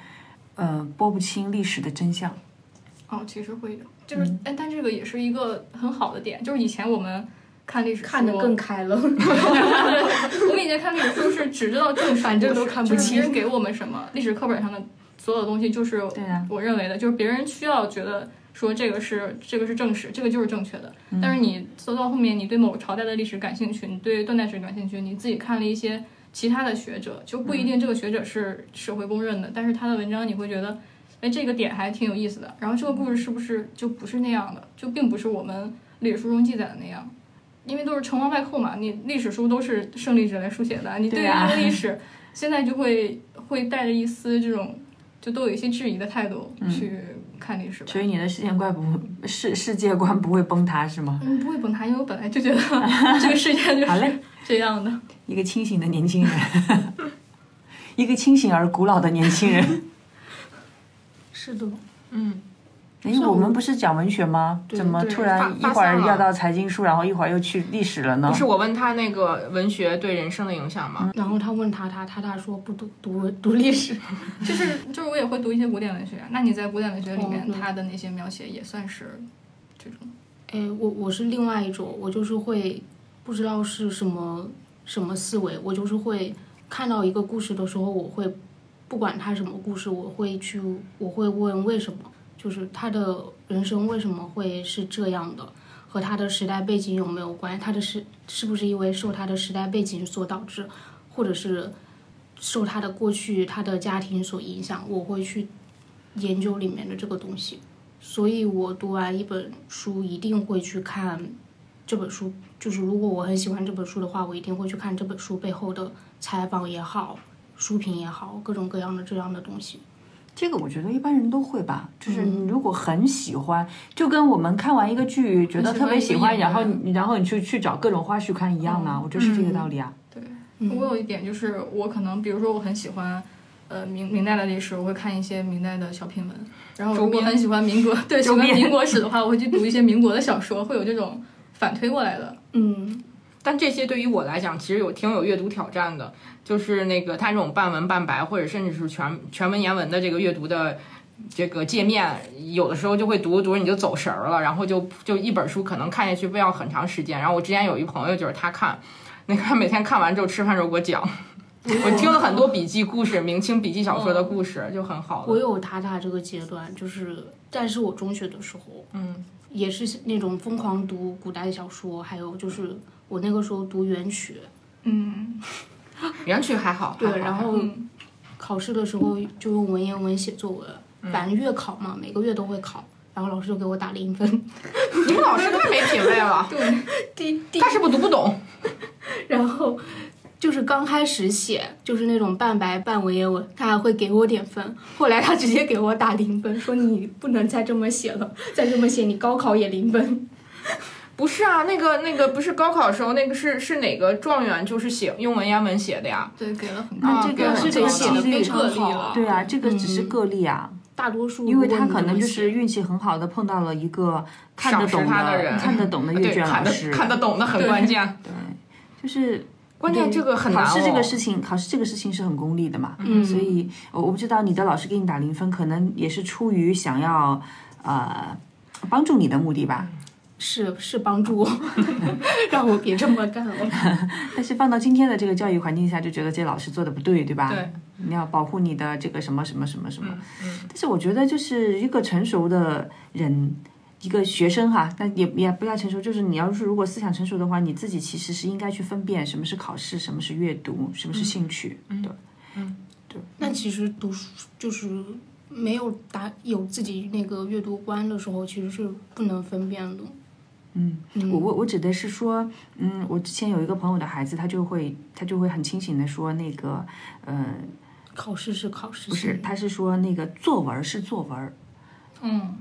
Speaker 1: 呃拨不清历史的真相。
Speaker 5: 哦，其实会有，就是哎，但这个也是一个很好的点，就是以前我们看历史
Speaker 2: 看得
Speaker 5: 书
Speaker 2: 更开了。
Speaker 5: 我们以前看历史书是只知道正史，
Speaker 2: 反正都看不
Speaker 5: 就是
Speaker 2: 清
Speaker 5: 别人给我们什么，历史课本上的所有东西就是
Speaker 1: 对啊
Speaker 5: 我认为的，就是别人需要觉得说这个是这个是正史，这个就是正确的。但是你走到后面，你对某朝代的历史感兴趣，你对断代史感兴趣，你自己看了一些其他的学者，就不一定这个学者是社会公认的，但是他的文章你会觉得。哎，这个点还挺有意思的。然后这个故事是不是就不是那样的？就并不是我们历史书中记载的那样。因为都是承皇外寇嘛，你历史书都是胜利者来书写的，你对于
Speaker 1: 对啊
Speaker 5: 这个历史，现在就会会带着一丝这种，就都有一些质疑的态度去看历史吧。
Speaker 1: 所以你的世界观不世世界观不会崩塌是吗？
Speaker 5: 嗯，不会崩塌，因为我本来就觉得这个世界就
Speaker 1: 好
Speaker 5: 是
Speaker 1: 嘞
Speaker 5: 这样的。
Speaker 1: 一个清醒的年轻人， 一个清醒而古老的年轻 人。
Speaker 2: 是的，
Speaker 1: 哎，我们不是讲文学吗？
Speaker 2: 对
Speaker 1: 怎么
Speaker 2: 对
Speaker 1: 突
Speaker 3: 发
Speaker 1: 然一
Speaker 3: 发
Speaker 1: 会
Speaker 3: 散
Speaker 1: 儿
Speaker 3: 了
Speaker 1: 要到财经书，然后一会儿又去历史了呢
Speaker 3: 不？是我问他那个文学对人生的影响吗？
Speaker 2: 然后他问塔塔，塔塔说不读读读历史，
Speaker 5: 就是就是我也会读一些古典文学啊，那你在古典文学里面，
Speaker 2: 哦对
Speaker 5: 它的那些描写也算是这种。
Speaker 2: 哎，我我是另外一种，我就是会不知道是什么什么思维，我就是会看到一个故事的时候，我会不管它什么故事，我会去我会问为什么，就是他的人生为什么会是这样的，和他的时代背景有没有关系，他的是是不是因为受他的时代背景所导致，或者是受他的过去他的家庭所影响，我会去研究里面的这个东西。所以我读完一本书一定会去看这本书，就是如果我很喜欢这本书的话，我一定会去看这本书背后的采访也好，书评也好，各种各样的这样的东西。
Speaker 1: 这个我觉得一般人都会吧，就是
Speaker 3: 嗯
Speaker 1: 你如果很喜欢，就跟我们看完一个剧觉得特别喜欢，
Speaker 5: 喜欢一个
Speaker 1: 然
Speaker 5: 演
Speaker 1: 后
Speaker 5: 员
Speaker 1: 你然后你去去找各种花絮看一样
Speaker 3: 嗯
Speaker 1: 啊，我觉得是这个道理啊。
Speaker 5: 我有一点就是，我可能比如说我很喜欢，呃，明明代的历史，我会看一些明代的小品文。然后
Speaker 3: 周
Speaker 5: 如果
Speaker 3: 边
Speaker 5: 很喜欢民国，对，喜欢
Speaker 1: 边
Speaker 5: 民国史的话，我会去读一些民国的小说，会有这种反推过来的。
Speaker 2: 嗯，
Speaker 3: 但这些对于我来讲，其实有挺有阅读挑战的，就是那个它这种半文半白，或者甚至是全全文言文的这个阅读的这个界面，有的时候就会读着读着你就走神儿了，然后就就一本书可能看下去不要很长时间。然后我之前有一朋友就是他看，那个他每天看完之后吃饭时候给 我讲，我听了很多笔记故事，明清笔记小说的故事就很好
Speaker 2: 嗯我
Speaker 3: 了。
Speaker 2: 有塔塔这个阶段，就是但是我中学的时候，
Speaker 3: 嗯，
Speaker 2: 也是那种疯狂读古代小说，还有就是我那个时候读元曲，
Speaker 5: 嗯，
Speaker 3: 原曲还好，还好
Speaker 2: 对，然后
Speaker 5: 嗯
Speaker 2: 考试的时候就用文言文写作文，反正月考嘛，每个月都会考，然后老师就给我打零分。
Speaker 3: 你们老师太没品位了，
Speaker 5: 对，
Speaker 2: 第第
Speaker 3: 他是不是读不懂？
Speaker 2: 然后就是刚开始写就是那种半白半文言文，他还会给我点分。后来他直接给我打零分，说你不能再这么写了，再这么写你高考也零分。
Speaker 3: 不是啊，那个那个不是高考时候那个是是哪个状元就是写用文言文写的呀？
Speaker 5: 对，给了很
Speaker 1: 那
Speaker 5: 高
Speaker 3: 啊
Speaker 1: 这
Speaker 5: 的。
Speaker 3: 对
Speaker 1: 个
Speaker 3: 是
Speaker 1: 这个
Speaker 3: 写
Speaker 1: 几
Speaker 3: 得
Speaker 1: 率
Speaker 3: 非常好嗯啊
Speaker 1: 对啊，这个只是个例啊，
Speaker 2: 大多数
Speaker 1: 因为
Speaker 2: 如果
Speaker 1: 他
Speaker 2: 你
Speaker 1: 可
Speaker 2: 这
Speaker 1: 能
Speaker 2: 么
Speaker 1: 就
Speaker 2: 写
Speaker 1: 是运气很好的碰到了一个看得
Speaker 3: 赏识
Speaker 1: 懂
Speaker 3: 他的人
Speaker 1: 看得懂的阅
Speaker 3: 对，
Speaker 1: 卷老
Speaker 3: 看得
Speaker 1: 师，
Speaker 3: 看得懂的很关键。
Speaker 1: 就是
Speaker 3: 关键这个很难、
Speaker 1: 考
Speaker 3: 哦。
Speaker 1: 试这个事情，考试这个事情是很功利的嘛，嗯所以我我不知道你的老师给你打零分，可能也是出于想要呃帮助你的目的吧。
Speaker 2: 是是帮助我， 让我别这么干了。
Speaker 1: 但是放到今天的这个教育环境下，就觉得这老师做的不对，对吧？嗯
Speaker 3: 对，
Speaker 1: 你要保护你的这个什么什么什么什么。但是我觉得，就是一个成熟的人，一个学生哈，但也也不要成熟，就是你要是如果思想成熟的话，你自己其实是应该去分辨什么是考试，什么是阅读，什么是兴趣，对。
Speaker 2: 那其实读书就是没有打有自己那个阅读观的时候，其实是不能分辨的。嗯
Speaker 1: 我我我指的是说，嗯，我之前有一个朋友的孩子，他就会他就会很清醒的说，那个，呃，
Speaker 2: 考试是考试，
Speaker 1: 不是，他是说那个作文是作文，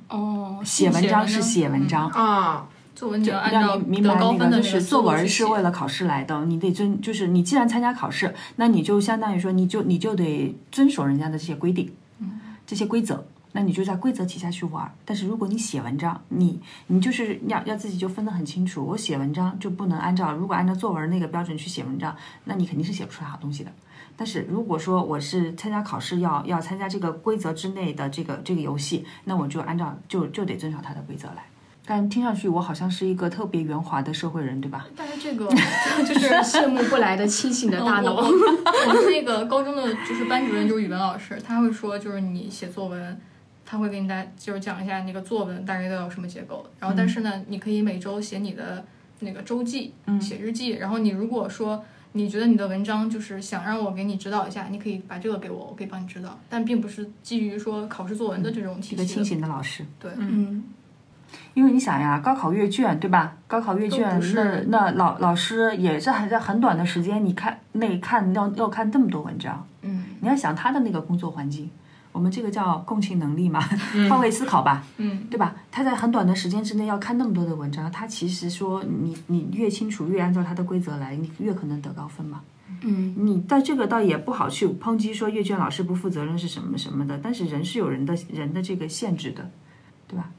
Speaker 2: 哦，
Speaker 1: 写文章嗯是写文章，
Speaker 3: 啊，
Speaker 5: 作文你要嗯按照
Speaker 1: 让你明白
Speaker 5: 得高
Speaker 1: 那
Speaker 5: 分
Speaker 1: 个，就
Speaker 5: 的那个
Speaker 1: 是
Speaker 5: 思
Speaker 1: 作
Speaker 5: 路
Speaker 1: 文
Speaker 5: 去
Speaker 1: 是
Speaker 5: 写
Speaker 1: 为了考试来的，你得遵，就是你既然参加考试，那你就相当于说，你就你就得遵守人家的这些规定，
Speaker 5: 嗯
Speaker 1: 这些规则。那你就在规则底下去玩儿，但是如果你写文章，你你就是要要自己就分得很清楚。我写文章就不能按照如果按照作文那个标准去写文章，那你肯定是写不出来好东西的。但是如果说我是参加考试要要参加这个规则之内的这个这个游戏，那我就按照就就得遵守它的规则来。但听上去我好像是一个特别圆滑的社会人，对吧？
Speaker 5: 但是这个
Speaker 2: 就是羡慕不来的清醒的大
Speaker 5: 我
Speaker 2: 脑
Speaker 5: 我。我们那个高中的就是班主任就是语文老师，他会说就是你写作文，他会给你大就是讲一下那个作文大概都有什么结构，然后但是呢，你可以每周写你的那个周记，写日记，然后你如果说。你觉得你的文章就是想让我给你指导一下，你可以把这个给我，我可以帮你指导，但并不是基于说考试作文的这种体
Speaker 1: 一
Speaker 5: 系的。
Speaker 1: 个清醒的老师。
Speaker 2: 嗯，
Speaker 1: 因为你想呀，高考阅卷对吧？高考阅
Speaker 5: 都
Speaker 1: 卷
Speaker 5: 不是
Speaker 1: 那那老老师也是还在很短的时间，你看那看要要看这么多文章，
Speaker 5: 嗯，
Speaker 1: 你要想他的那个工作环境，我们这个叫共情能力嘛，换位思考吧，
Speaker 5: 嗯，
Speaker 1: 对吧？他在很短的时间之内要看那么多的文章，他其实说你你越清楚，越按照他的规则来，你越可能得高分嘛。
Speaker 2: 嗯，
Speaker 1: 你但这个倒也不好去抨击说阅卷老师不负责任是什么什么的，但是人是有人的人的这个限制的，对吧？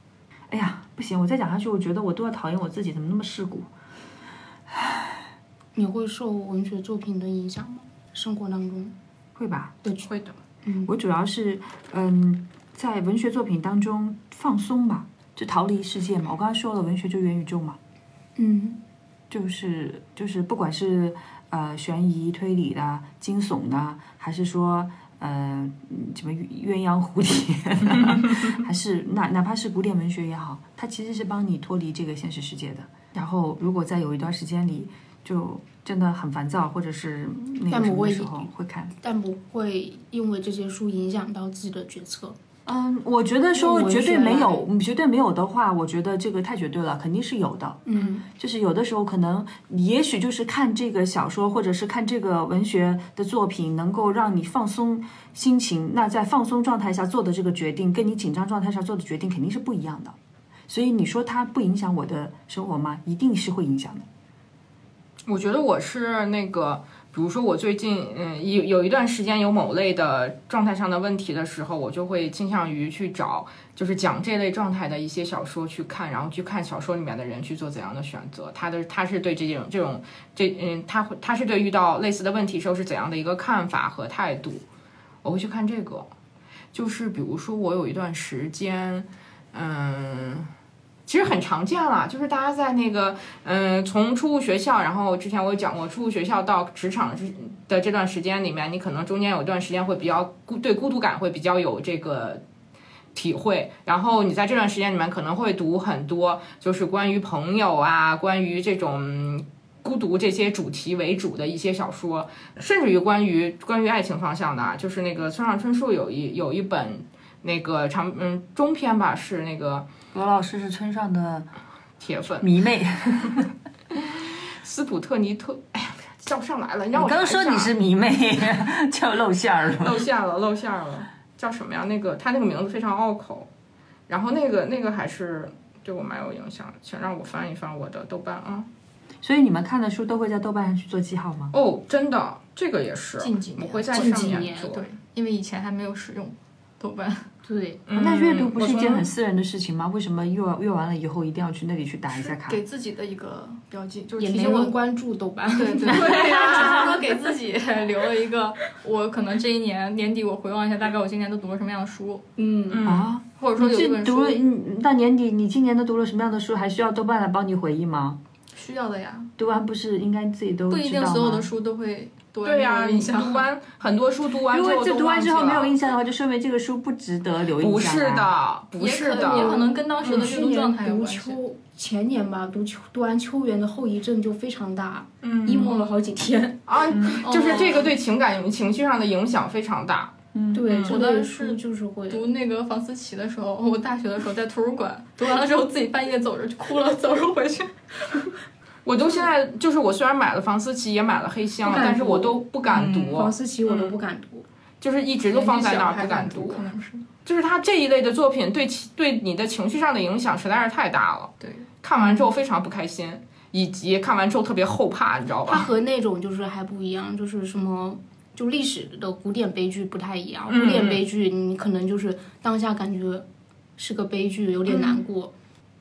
Speaker 1: 哎呀，不行，我再讲下去，我觉得我都要讨厌我自己，怎么那么世故？
Speaker 2: 你会受文学作品的影响吗？生活当中，
Speaker 1: 会吧？
Speaker 3: 会的。
Speaker 1: 我主要是嗯，在文学作品当中放松吧，就逃离世界嘛。我刚刚说了，文学就元宇宙嘛，
Speaker 2: 嗯，
Speaker 1: 就是就是不管是呃悬疑推理的、惊悚的，还是说呃嗯什么鸳鸯蝴蝶， 还是哪哪怕是古典文学也好，它其实是帮你脱离这个现实世界的。然后如果在有一段时间里就真的很烦躁，或者是那
Speaker 2: 但
Speaker 1: 个什
Speaker 2: 我
Speaker 1: 么
Speaker 2: 也
Speaker 1: 时候会看。
Speaker 2: 但不会因为这些书影响到自己的决策。
Speaker 1: 嗯，我觉得说
Speaker 2: 用文
Speaker 1: 绝对
Speaker 2: 学
Speaker 1: 没
Speaker 2: 来
Speaker 1: 有，嗯绝对没有的话，我觉得这个太绝对了，肯定是有的。
Speaker 2: 嗯，
Speaker 1: 就是有的时候可能，也许就是看这个小说或者是看这个文学的作品，能够让你放松心情。那在放松状态下做的这个决定，跟你紧张状态下做的决定肯定是不一样的。所以你说它不影响我的生活吗？一定是会影响的。
Speaker 3: 我觉得我是那个，比如说我最近嗯有有一段时间有某类的状态上的问题的时候，我就会倾向于去找就是讲这类状态的一些小说去看，然后去看小说里面的人去做怎样的选择，他的他是对这种这种这嗯他会他是对遇到类似的问题时候是怎样的一个看法和态度，我会去看这个。就是比如说我有一段时间，嗯。其实很常见啦，就是大家在那个嗯，从初入学校，然后之前我有讲过，初入学校到职场之的这段时间里面，你可能中间有一段时间会比较孤，对孤独感会比较有这个体会。然后你在这段时间里面可能会读很多，就是关于朋友啊，关于这种。嗯孤独这些主题为主的一些小说，甚至于关于关于爱情方向的啊，就是那个村上春树有一有一本那个长嗯中篇吧，是那个
Speaker 1: 罗老师是村上的
Speaker 3: 铁粉
Speaker 1: 迷妹，
Speaker 3: 斯普特尼特，哎呀，叫不上来了。你让
Speaker 1: 你
Speaker 3: 我
Speaker 1: 刚刚
Speaker 3: 查
Speaker 1: 说
Speaker 3: 一
Speaker 1: 你
Speaker 3: 下
Speaker 1: 是迷妹， 就露馅 儿了。
Speaker 3: 露馅了，露馅了，叫什么呀？那个他那个名字非常拗口，然后那个那个还是对我蛮有影响的，请让我翻一翻我的豆瓣啊。
Speaker 1: 所以你们看的书都会在豆瓣上去做记号吗？
Speaker 3: 哦，真的，这个也是，
Speaker 2: 近几年
Speaker 3: 我会在
Speaker 2: 近
Speaker 3: 上
Speaker 2: 几
Speaker 3: 面
Speaker 2: 年
Speaker 3: 做。
Speaker 5: 对，因为以前还没有使用豆瓣，
Speaker 2: 对，
Speaker 3: 嗯
Speaker 1: 那阅读不是一件
Speaker 3: 我
Speaker 1: 很
Speaker 3: 说
Speaker 1: 私人的事情吗？为什么阅完阅完了以后一定要去那里去打一下卡？
Speaker 5: 给自己的一个标记，就是
Speaker 2: 也
Speaker 5: 提
Speaker 2: 没
Speaker 5: 醒我
Speaker 2: 人关注豆瓣。
Speaker 5: 对对对
Speaker 3: 啊
Speaker 5: 呀，只是说给自己留了一 个，我可能这一年年底我回望一下，大概我今年都读了什么样的书，
Speaker 3: 嗯
Speaker 1: 啊，
Speaker 5: 或者说
Speaker 1: 你
Speaker 5: 有一
Speaker 1: 这
Speaker 5: 本
Speaker 1: 读
Speaker 5: 书
Speaker 1: 了，嗯到年底你今年都读了什么样的书，还需要豆瓣来帮你回忆吗？
Speaker 5: 需要的呀，
Speaker 1: 读完不是应该自己都
Speaker 5: 不一
Speaker 1: 知
Speaker 5: 定
Speaker 1: 道
Speaker 5: 所有的
Speaker 1: 吗？
Speaker 5: 书都会对
Speaker 3: 对呀、
Speaker 5: 印
Speaker 3: 你
Speaker 5: 象。
Speaker 3: 读完很多书，读完
Speaker 1: 如
Speaker 3: 之
Speaker 1: 果
Speaker 3: 后
Speaker 1: 就
Speaker 3: 都
Speaker 1: 读完之后
Speaker 3: 忘记
Speaker 1: 没有
Speaker 3: 了
Speaker 1: 印象的话，就说明这个书不值得留印
Speaker 3: 不
Speaker 1: 象。
Speaker 3: 是，的，不
Speaker 5: 也
Speaker 3: 是
Speaker 5: 可
Speaker 3: 的，
Speaker 5: 也可能跟当时的阅
Speaker 2: 嗯去
Speaker 5: 读状
Speaker 2: 年
Speaker 5: 态有
Speaker 2: 读
Speaker 5: 关系。
Speaker 2: 秋前年吧，读秋读完秋园的后遗症就非常大
Speaker 3: 嗯
Speaker 2: ，emo 了好几天。
Speaker 3: 啊，就是
Speaker 1: 嗯
Speaker 5: 哦
Speaker 3: 这个对情感情绪上的影响非常大。
Speaker 2: 对，
Speaker 5: 嗯我
Speaker 2: 这
Speaker 5: 当
Speaker 2: 类
Speaker 5: 时
Speaker 2: 书就是会
Speaker 5: 读那个房思琪的时候，我大学的时候在图书馆 读完了之后，自己半夜走着就哭了，走着回去。
Speaker 3: 我都现在就是我虽然买了房思琪，也买了黑箱
Speaker 2: 不
Speaker 3: 了，
Speaker 2: 敢
Speaker 3: 但是我
Speaker 2: 读
Speaker 3: 都不敢读，
Speaker 2: 房思琪，我
Speaker 5: 嗯
Speaker 2: 都不敢读。
Speaker 3: 就是一直都放在那
Speaker 5: 小
Speaker 3: 儿
Speaker 5: 孩
Speaker 3: 不敢
Speaker 5: 读，
Speaker 3: 读
Speaker 5: 可。能是
Speaker 3: 就是他这一类的作品对其对你的情绪上的影响实在是太大了，
Speaker 5: 对。
Speaker 3: 看完之后非常不开心，以及看完之后特别后怕，你知道
Speaker 2: 它
Speaker 3: 吧？
Speaker 2: 和那种就是还不一样，就是什么。就历史的古典悲剧不太一样，
Speaker 3: 嗯
Speaker 2: 古典悲剧你可能就是当下感觉是个悲剧，有点难过，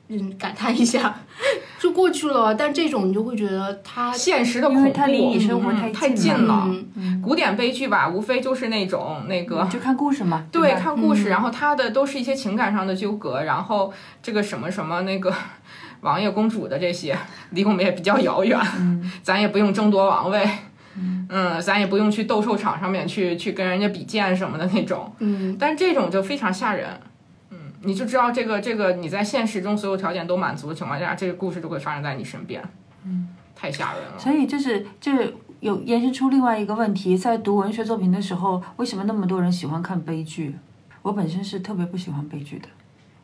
Speaker 2: 嗯，感叹一下 就过去了。但这种你就会觉得它，
Speaker 3: 现实的
Speaker 1: 因
Speaker 3: 恐
Speaker 1: 为
Speaker 3: 怖，
Speaker 1: 它离你生活
Speaker 3: 嗯
Speaker 1: 太
Speaker 3: 太
Speaker 1: 近
Speaker 3: 近
Speaker 1: 了
Speaker 3: 了。
Speaker 2: 嗯，
Speaker 3: 古典悲剧吧，无非就是那种那个
Speaker 1: 就看故事嘛。
Speaker 3: 对，嗯
Speaker 1: 吧
Speaker 3: 看故事，然后他的都是一些情感上的纠葛，然后这个什么什么那个 王爷公主的这些，离我们也比较遥远， 咱也不用争夺王位，嗯，咱也不用去斗兽场上面去去跟人家比剑什么的那种，
Speaker 2: 嗯，
Speaker 3: 但这种就非常吓人，嗯，你就知道这个这个你在现实中所有条件都满足的情况下，这个故事就会发生在你身边，嗯，太吓人了，
Speaker 1: 所以这是这有延伸出另外一个问题，在读文学作品的时候，为什么那么多人喜欢看悲剧？我本身是特别不喜欢悲剧的，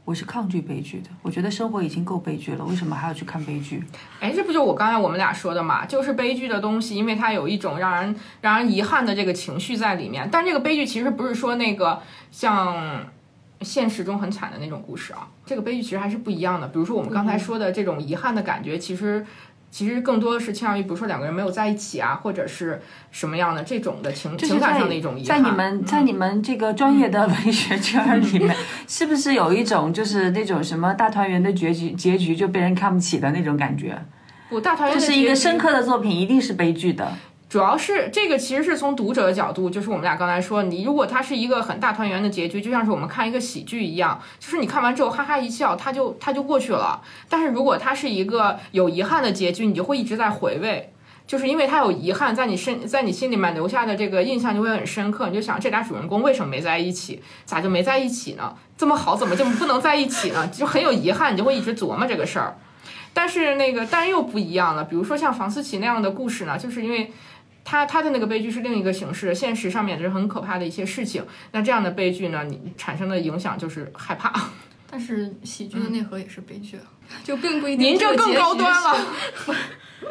Speaker 1: 我是抗拒悲剧的。我觉得生活已经够悲剧了，为什么还要去看悲剧？
Speaker 3: 哎，这不就我刚才我们俩说的嘛？就是悲剧的东西，因为它有一种让人让人遗憾的这个情绪在里面。但这个悲剧其实不是说那个像现实中很惨的那种故事啊，这个悲剧其实还是不一样的。比如说我们刚
Speaker 1: 嗯
Speaker 3: 才说的这种遗憾的感觉，其实其实更多的是倾向于，比如说两个人没有在一起啊，或者是什么样的这种的情
Speaker 1: 就是
Speaker 3: 情感
Speaker 1: 在
Speaker 3: 上的一种遗
Speaker 1: 在
Speaker 3: 憾。嗯
Speaker 1: 你们在你们这个专业的文学圈儿里 面，是不是有一种就是那种什么大团圆的结局，结局就被人看不起的那种感觉？
Speaker 3: 不大团圆
Speaker 1: 这
Speaker 3: 的
Speaker 1: 是一
Speaker 3: 结
Speaker 1: 个
Speaker 3: 局
Speaker 1: 深刻的作品，一定是悲剧的。
Speaker 3: 主要是这个，其实是从读者的角度，就是我们俩刚才说，你如果它是一个很大团圆的结局，就像是我们看一个喜剧一样，就是你看完之后哈哈一笑，它就它就过去了。但是如果它是一个有遗憾的结局，你就会一直在回味，就是因为它有遗憾，在你身在你心里面留下的这个印象就会很深刻。你就想这俩主人公为什么没在一起？咋就没在一起呢？这么好，怎么就不能在一起呢？就很有遗憾，你就会一直琢磨这个事儿。但是那个，但是又不一样了。比如说像房思琪那样的故事呢，就是因为他他的那个悲剧是另一个形式，现实上面是很可怕的一些事情。那这样的悲剧呢，你产生的影响就是害怕。
Speaker 5: 但是喜剧的内核也是悲剧啊，就并不一
Speaker 3: 嗯
Speaker 5: 定
Speaker 3: 您这
Speaker 5: 个
Speaker 3: 更
Speaker 5: 结
Speaker 3: 高
Speaker 5: 局
Speaker 3: 端
Speaker 5: 是
Speaker 3: 了，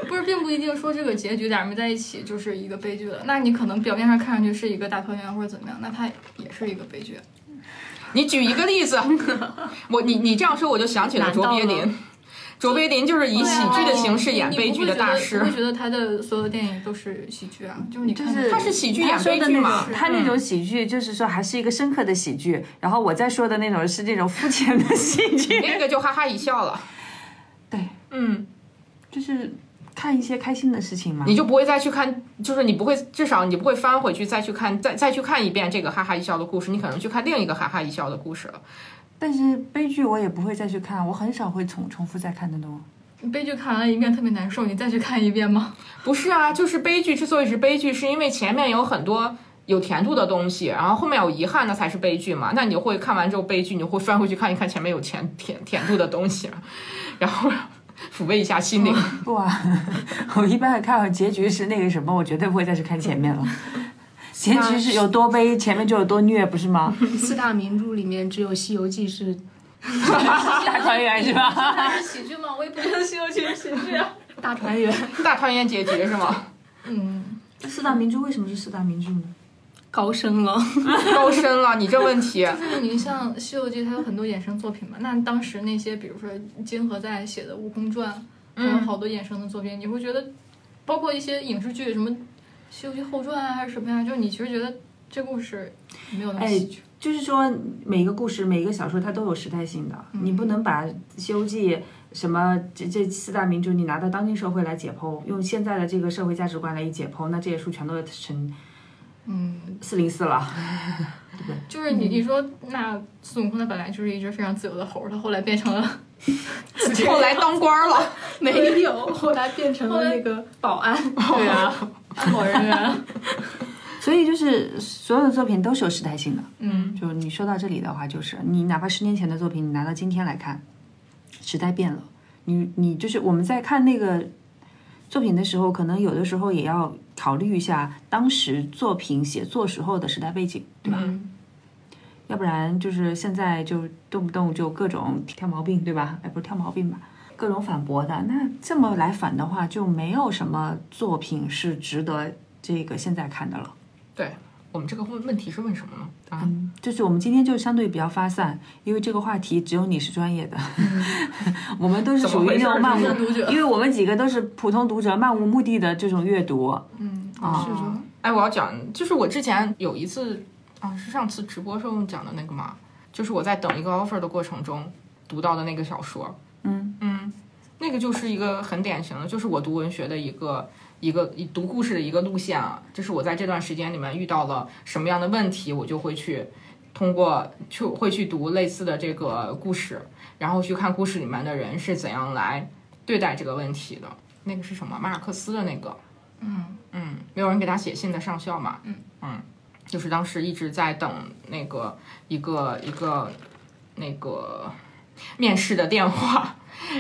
Speaker 5: 不是，并不一定说这个结局俩人没在一起就是一个悲剧了。那你可能表面上看上去是一个大团圆或者怎么样，那它也是一个悲剧。
Speaker 3: 你举一个例 子，我你你这样说我就想起了卓别
Speaker 2: 难道
Speaker 3: 林。卓别林就是以喜剧的形式演悲剧的大
Speaker 5: 啊你
Speaker 3: 师
Speaker 5: 不会，觉得他的所有的电影都是喜剧啊？就是你
Speaker 1: 就
Speaker 5: 看
Speaker 1: 嗯是
Speaker 3: 他是喜剧演
Speaker 1: 他说
Speaker 3: 悲
Speaker 1: 的
Speaker 3: 剧
Speaker 1: 那
Speaker 3: 嘛
Speaker 1: 种，他那种喜剧就是说还是一个深刻的喜剧，然后我在说的那种是那种肤浅的喜剧，
Speaker 3: 那个就哈哈一笑了。
Speaker 1: 对，
Speaker 3: 嗯，
Speaker 1: 就是看一些开心的事情嘛
Speaker 3: 你。就不会再去看，就是你不会，至少你不会翻回去再去看，再再去看一遍这个哈哈一笑的故事，你可能去看另一个哈哈一笑的故事了。
Speaker 1: 但是悲剧我也不会再去看，我很少会重重复再看的那种。
Speaker 5: 你悲剧看完一遍特别难受，你再去看一遍吗？
Speaker 3: 不是啊，就是悲剧之所以是悲剧，是因为前面有很多有甜度的东西，然后后面有遗憾，那才是悲剧嘛。那你就会看完之后悲剧，你就会翻回去看一看前面有甜甜甜度的东西，然后抚慰一下心灵。
Speaker 1: 不啊，我一般看结局是那个什么，我绝对不会再去看前面 了。结局是有多悲，前面就有多虐，不是 吗？
Speaker 2: 四大名著里面只有《西游记》是
Speaker 1: 大团圆是吧？
Speaker 5: 是喜剧吗？我也不觉得《西游记》是喜剧啊。
Speaker 2: 大团圆，
Speaker 3: 大团圆结局是吗？
Speaker 5: 嗯，
Speaker 1: 这四大名著为什么是四大名著呢？
Speaker 2: 高深 了。
Speaker 3: 高深了，你这问题
Speaker 5: 就是你像《西游记》，它有很多衍生作品嘛。那当时那些，比如说金河在写的《悟空传》，还
Speaker 1: 嗯
Speaker 5: 有好多衍生的作品，你会觉得，包括一些影视剧，什么《西游记后传》啊，还是什么呀，就是你其实觉得这故事没有那么
Speaker 1: 哎
Speaker 5: 喜剧。
Speaker 1: 就是说，每一个故事、每一个小说，它都有时代性的。你不能把《西游记》什么这这四大名著，你拿到当今社会来解剖，用现在的这个社会价值观来一解剖，那这些书全都成
Speaker 5: 嗯，
Speaker 1: 四零四了。
Speaker 5: 就是
Speaker 1: 嗯
Speaker 5: 你你说那孙悟空他本来就是一只非常自由的猴儿，他后来变 成了
Speaker 3: 后来当官了，
Speaker 6: 没有，后来变成了那个保安。
Speaker 5: 对啊，安保人员。
Speaker 1: 所以就是所有的作品都是有时代性的。
Speaker 5: 嗯，
Speaker 1: 就你说到这里的话，就是你哪怕十年前的作品，你拿到今天来看，时代变了。你你就是我们在看那个作品的时候，可能有的时候也要考虑一下当时作品写作时候的时代背景，对吧？要不然就是现在就动不动就各种挑毛病，对吧？哎，不是挑毛病吧，各种反驳的。那这么来反的话，就没有什么作品是值得这个现在看的了。
Speaker 3: 我们这个问问题是问什么呢？啊，
Speaker 1: 就是我们今天就相对比较发散，因为这个话题只有你是专业的， 我们都是属于那种漫无
Speaker 5: 嗯怎么回事普通读者
Speaker 1: 因为我们几个都是普通读者，漫无目的的这种阅读。
Speaker 5: 嗯，
Speaker 1: 啊
Speaker 5: 是的。
Speaker 3: 哎，我要讲，就是我之前有一次啊，是上次直播时候讲的那个嘛，就是我在等一个 offer 的过程中读到的那个小说。
Speaker 1: 嗯
Speaker 3: 嗯，那个就是一个很典型的，就是我读文学的一个一个一读故事的一个路线啊，就是我在这段时间里面遇到了什么样的问题，我就会去通过去会去读类似的这个故事，然后去看故事里面的人是怎样来对待这个问题的。那个是什么？马尔克斯的那个。嗯，没有人给他写信的上校嘛，嗯就是当时一直在等那个一个一个那个面试的电话，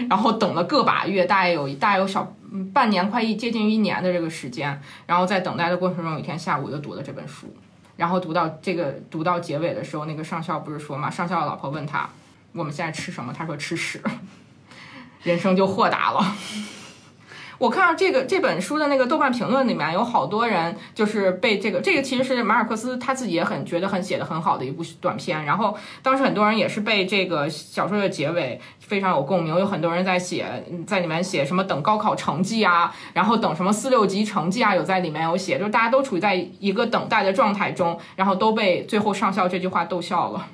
Speaker 3: 然后等了个把月，大概有大概有小嗯半年，快一接近于一年的这个时间，然后在等待的过程中，有一天下午就读了这本书，然后读到这个读到结尾的时候，那个上校不是说嘛，上校的老婆问他我们现在吃什么，他说吃屎， 人生就豁达了。我看到这个这本书的那个豆瓣评论里面有好多人就是被这个这个其实是马尔克斯他自己也很觉得很写的很好的一部短片，然后当时很多人也是被这个小说的结尾非常有共鸣，有很多人在写嗯在里面写什么等高考成绩啊，然后等什么四六级成绩啊，有在里面有写，就是大家都处在一个等待的状态中，然后都被最后上校这句话逗笑了。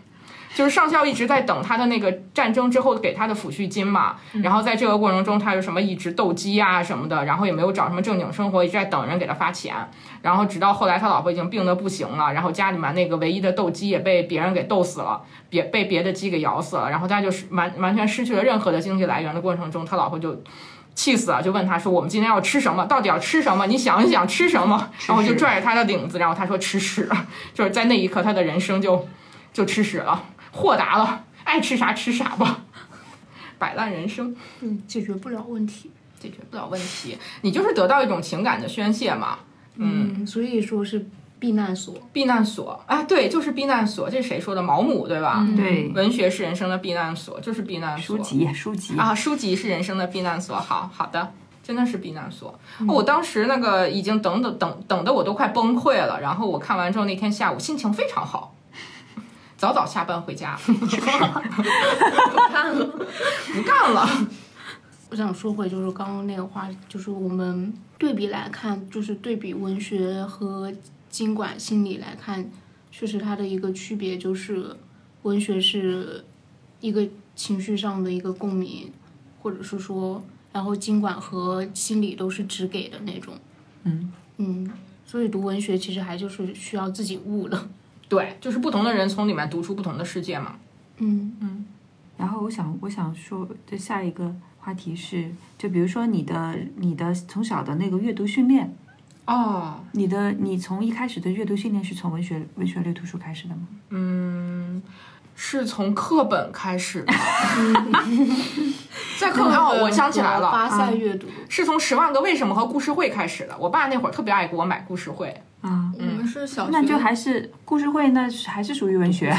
Speaker 3: 就是上校一直在等他的那个战争之后给他的抚恤金嘛，然后在这个过程中，他有什么一直斗鸡啊什么的，然后也没有找什么正经生活，一直在等人给他发钱，然后直到后来他老婆已经病得不行了，然后家里面那个唯一的斗鸡也被别人给斗死了，别被别的鸡给咬死了，然后他就是完完全失去了任何的经济来源的过程中，他老婆就。气死了，就问他说：“我们今天要吃什么？到底要吃什么？你想一想，吃什么？”然后就拽着他的领子，然后他说：“吃屎。” 就是在那一刻，他的人生就就吃屎了，豁达了，爱吃啥吃啥吧，摆烂人生。
Speaker 2: 嗯，解决不了问题。
Speaker 3: 解决不了问题，你就是得到一种情感的宣泄嘛。
Speaker 2: 嗯，所以说是避难所。
Speaker 3: 避难所，哎，对，就是避难所，这是谁说的？毛姆对吧？
Speaker 1: 对，
Speaker 3: 文学是人生的避难所，就是避难所。
Speaker 1: 书籍，书籍，
Speaker 3: 啊，书籍是人生的避难所。好好的，真的是避难所。哦我当时那个已经等等等等的我都快崩溃了，然后我看完之后那天下午心情非常好。早早下班回家，不 干了，不干了。
Speaker 2: 我想说回就是刚刚那个话，就是我们对比来看，就是对比文学和经管心理来看，确实它的一个区别就是，文学是一个情绪上的一个共鸣，或者是说，然后经管和心理都是只给的那种。嗯嗯，所以读文学其实还就是需要自己悟的。
Speaker 3: 对，就是不同的人从里面读出不同的世界嘛。
Speaker 2: 嗯
Speaker 1: 然后我想，我想说的下一个话题是，就比如说你的你的从小的那个阅读训练，
Speaker 3: 哦，
Speaker 1: 你的你从一开始的阅读训练是从文学文学类图书开始的吗？
Speaker 5: 嗯
Speaker 3: 是从课本开始的，在课本哦，我想起来了，
Speaker 2: 巴塞阅读，
Speaker 3: 是从《十万个为什么》和故事会开始的。我爸那会儿特别爱给我买故事会，
Speaker 1: 啊，
Speaker 5: 我们是小学，
Speaker 1: 那就还是故事会，那是还是属于文学，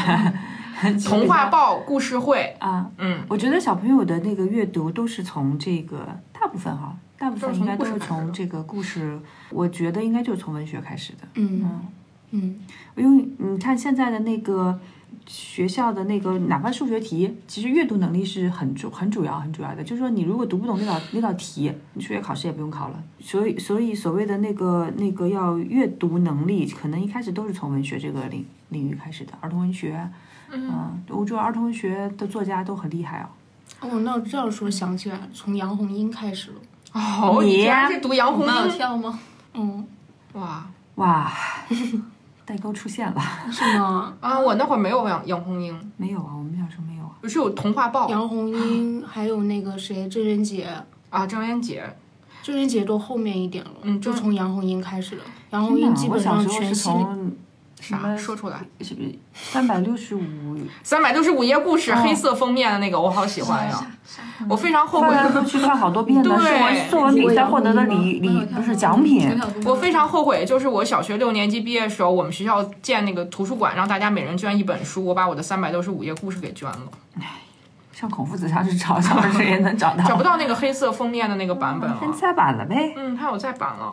Speaker 3: 童话报、故事会，
Speaker 1: 啊。
Speaker 3: 嗯，
Speaker 1: 我觉得小朋友的那个阅读都是从这个大部分哈、大部分应该都是从这个故事，我觉得应该就是从文学开始的。
Speaker 2: 嗯嗯，
Speaker 1: 因为你看现在的那个学校的那个，哪怕数学题，其实阅读能力是很主很主要很主要的。就是说，你如果读不懂那道那道题，你数学考试也不用考了。所以，所以所谓的那个那个要阅读能力，可能一开始都是从文学这个领领域开始的，儿童文学。嗯，我觉得儿童文学的作家都很厉害哦。
Speaker 2: 哦，那这样说想起来了，从杨红樱开 始了。
Speaker 3: 哦，
Speaker 1: 你
Speaker 3: 你竟然是读杨红
Speaker 2: 蛮有
Speaker 3: 樱？
Speaker 2: 跳吗？嗯，
Speaker 3: 哇
Speaker 1: 哇，代沟出现了？
Speaker 2: 是吗？
Speaker 3: 啊！我那会儿没有杨杨红樱，
Speaker 1: 没有啊，我们小时候没有啊。
Speaker 3: 只有童话报
Speaker 1: 哦
Speaker 2: 杨红樱，还有那个谁，郑渊洁，
Speaker 3: 啊，郑渊洁。
Speaker 2: 郑渊洁都后面一点了，
Speaker 3: 嗯
Speaker 2: 就
Speaker 3: 郑
Speaker 2: 从杨红樱开始了。杨红
Speaker 1: 真的
Speaker 2: 樱
Speaker 1: 啊
Speaker 2: 基
Speaker 1: 我
Speaker 2: 本
Speaker 1: 小
Speaker 2: 上
Speaker 1: 时候
Speaker 2: 全
Speaker 1: 是
Speaker 2: 系
Speaker 1: 从什
Speaker 3: 啥？
Speaker 1: 么
Speaker 3: 说出来。
Speaker 1: 是不是三百六十五
Speaker 3: 三百六十五页故事，
Speaker 1: 哦
Speaker 3: 黑色封面的那个，我好喜欢呀！我非常后
Speaker 1: 翻
Speaker 3: 悔，
Speaker 1: 来覆去看好多遍的，是
Speaker 3: 对
Speaker 1: 我作文比赛获得的礼礼不是奖品。
Speaker 3: 我非常后悔，就是我小学六年级毕业的时候，我们学校建那个图书馆，让大家每人捐一本书，我把我的三百六十五页故事给捐了，
Speaker 1: 上孔夫子上去找，找是也能找
Speaker 3: 找
Speaker 1: 到
Speaker 3: 不。到那个黑色封面的那个版本了。
Speaker 1: 先猜版了呗，
Speaker 3: 嗯，它有再版了。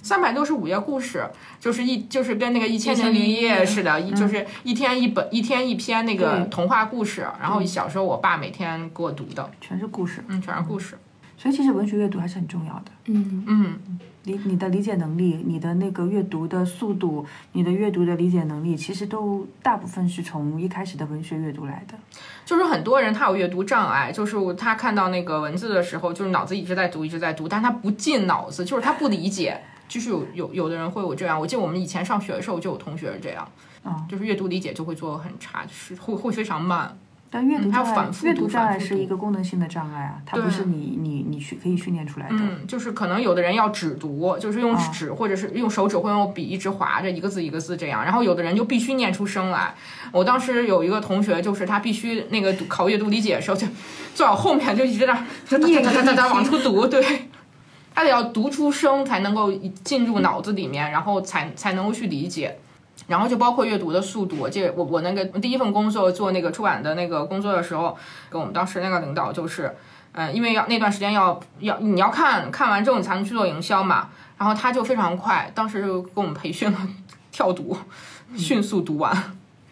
Speaker 3: 三百六十五页故事，就是一就是跟那个一千零一夜嗯似的，一就是一天一本，一天一篇那个
Speaker 1: 对
Speaker 3: 童话故事。然后小时候我爸每天给我读的，
Speaker 1: 全是故事，
Speaker 3: 嗯，全是故事。
Speaker 1: 所以其实文学阅读还是很重要的。
Speaker 2: 嗯
Speaker 3: 嗯，
Speaker 1: 理你的理解能力、你的那个阅读的速度、你的阅读的理解能力，其实都大部分是从一开始的文学阅读来的。
Speaker 3: 就是很多人他有阅读障碍，就是他看到那个文字的时候，就是脑子一直在读，一直在读，但他不进脑子，就是他不理解。就是有有有的人会有这样，我记得我们以前上学的时候就有同学是这样，
Speaker 1: 啊
Speaker 3: 就是阅读理解就会做得很差，就是会会非常慢。
Speaker 1: 但阅读
Speaker 3: 嗯它
Speaker 1: 障碍，
Speaker 3: 反复
Speaker 1: 阅
Speaker 3: 读
Speaker 1: 读障
Speaker 3: 反
Speaker 1: 碍
Speaker 3: 复
Speaker 1: 是
Speaker 3: 读
Speaker 1: 一个功能性的障碍啊，它不
Speaker 3: 对
Speaker 1: 是你你你去可以训练出来的。
Speaker 3: 嗯，就是可能有的人要只读，就是用
Speaker 1: 啊
Speaker 3: 纸或者是用手指或用笔一直划着一个字一个字这样，然后有的人就必须念出声来。我当时有一个同学，就是他必须那个读考阅读理解的时候，就坐我后面就一直在哒哒 哒哒哒哒往出读，对。他得要读出声才能够进入脑子里面，然后才才能够去理解。然后就包括阅读的速度，这我我那个第一份工作做那个出版的那个工作的时候，跟我们当时那个领导就是，嗯，因为要那段时间要要你要看看完之后你才能去做营销嘛，然后他就非常快，当时就给我们培训了跳读，迅速读完，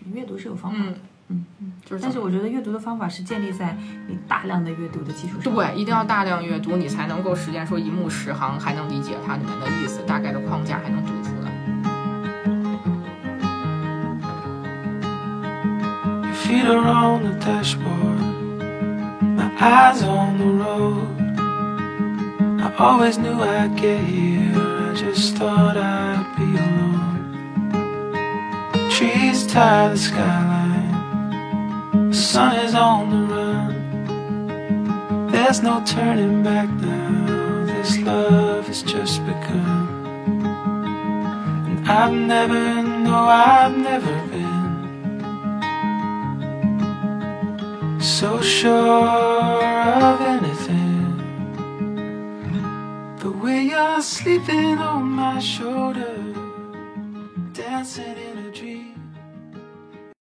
Speaker 1: 你阅读是有方法的，
Speaker 3: 嗯就是
Speaker 1: 但是我觉得阅读的方法是建立在你大量的阅读的基础上。
Speaker 3: 对，一定要大量阅读，你才能够实践说一目十行，还能理解它里面的意思，大概的框架还能读出来。
Speaker 7: Your feet are on the dashboard, my eyes on the road. I always knew I'd get here, I just thought I'd be alone. Trees tie the skyline, the sun is on the run. There's no turning back now, this love has just begun. And I've never, no, I've never been so sure of anything. The way you're sleeping on my shoulder, dancing in a dream.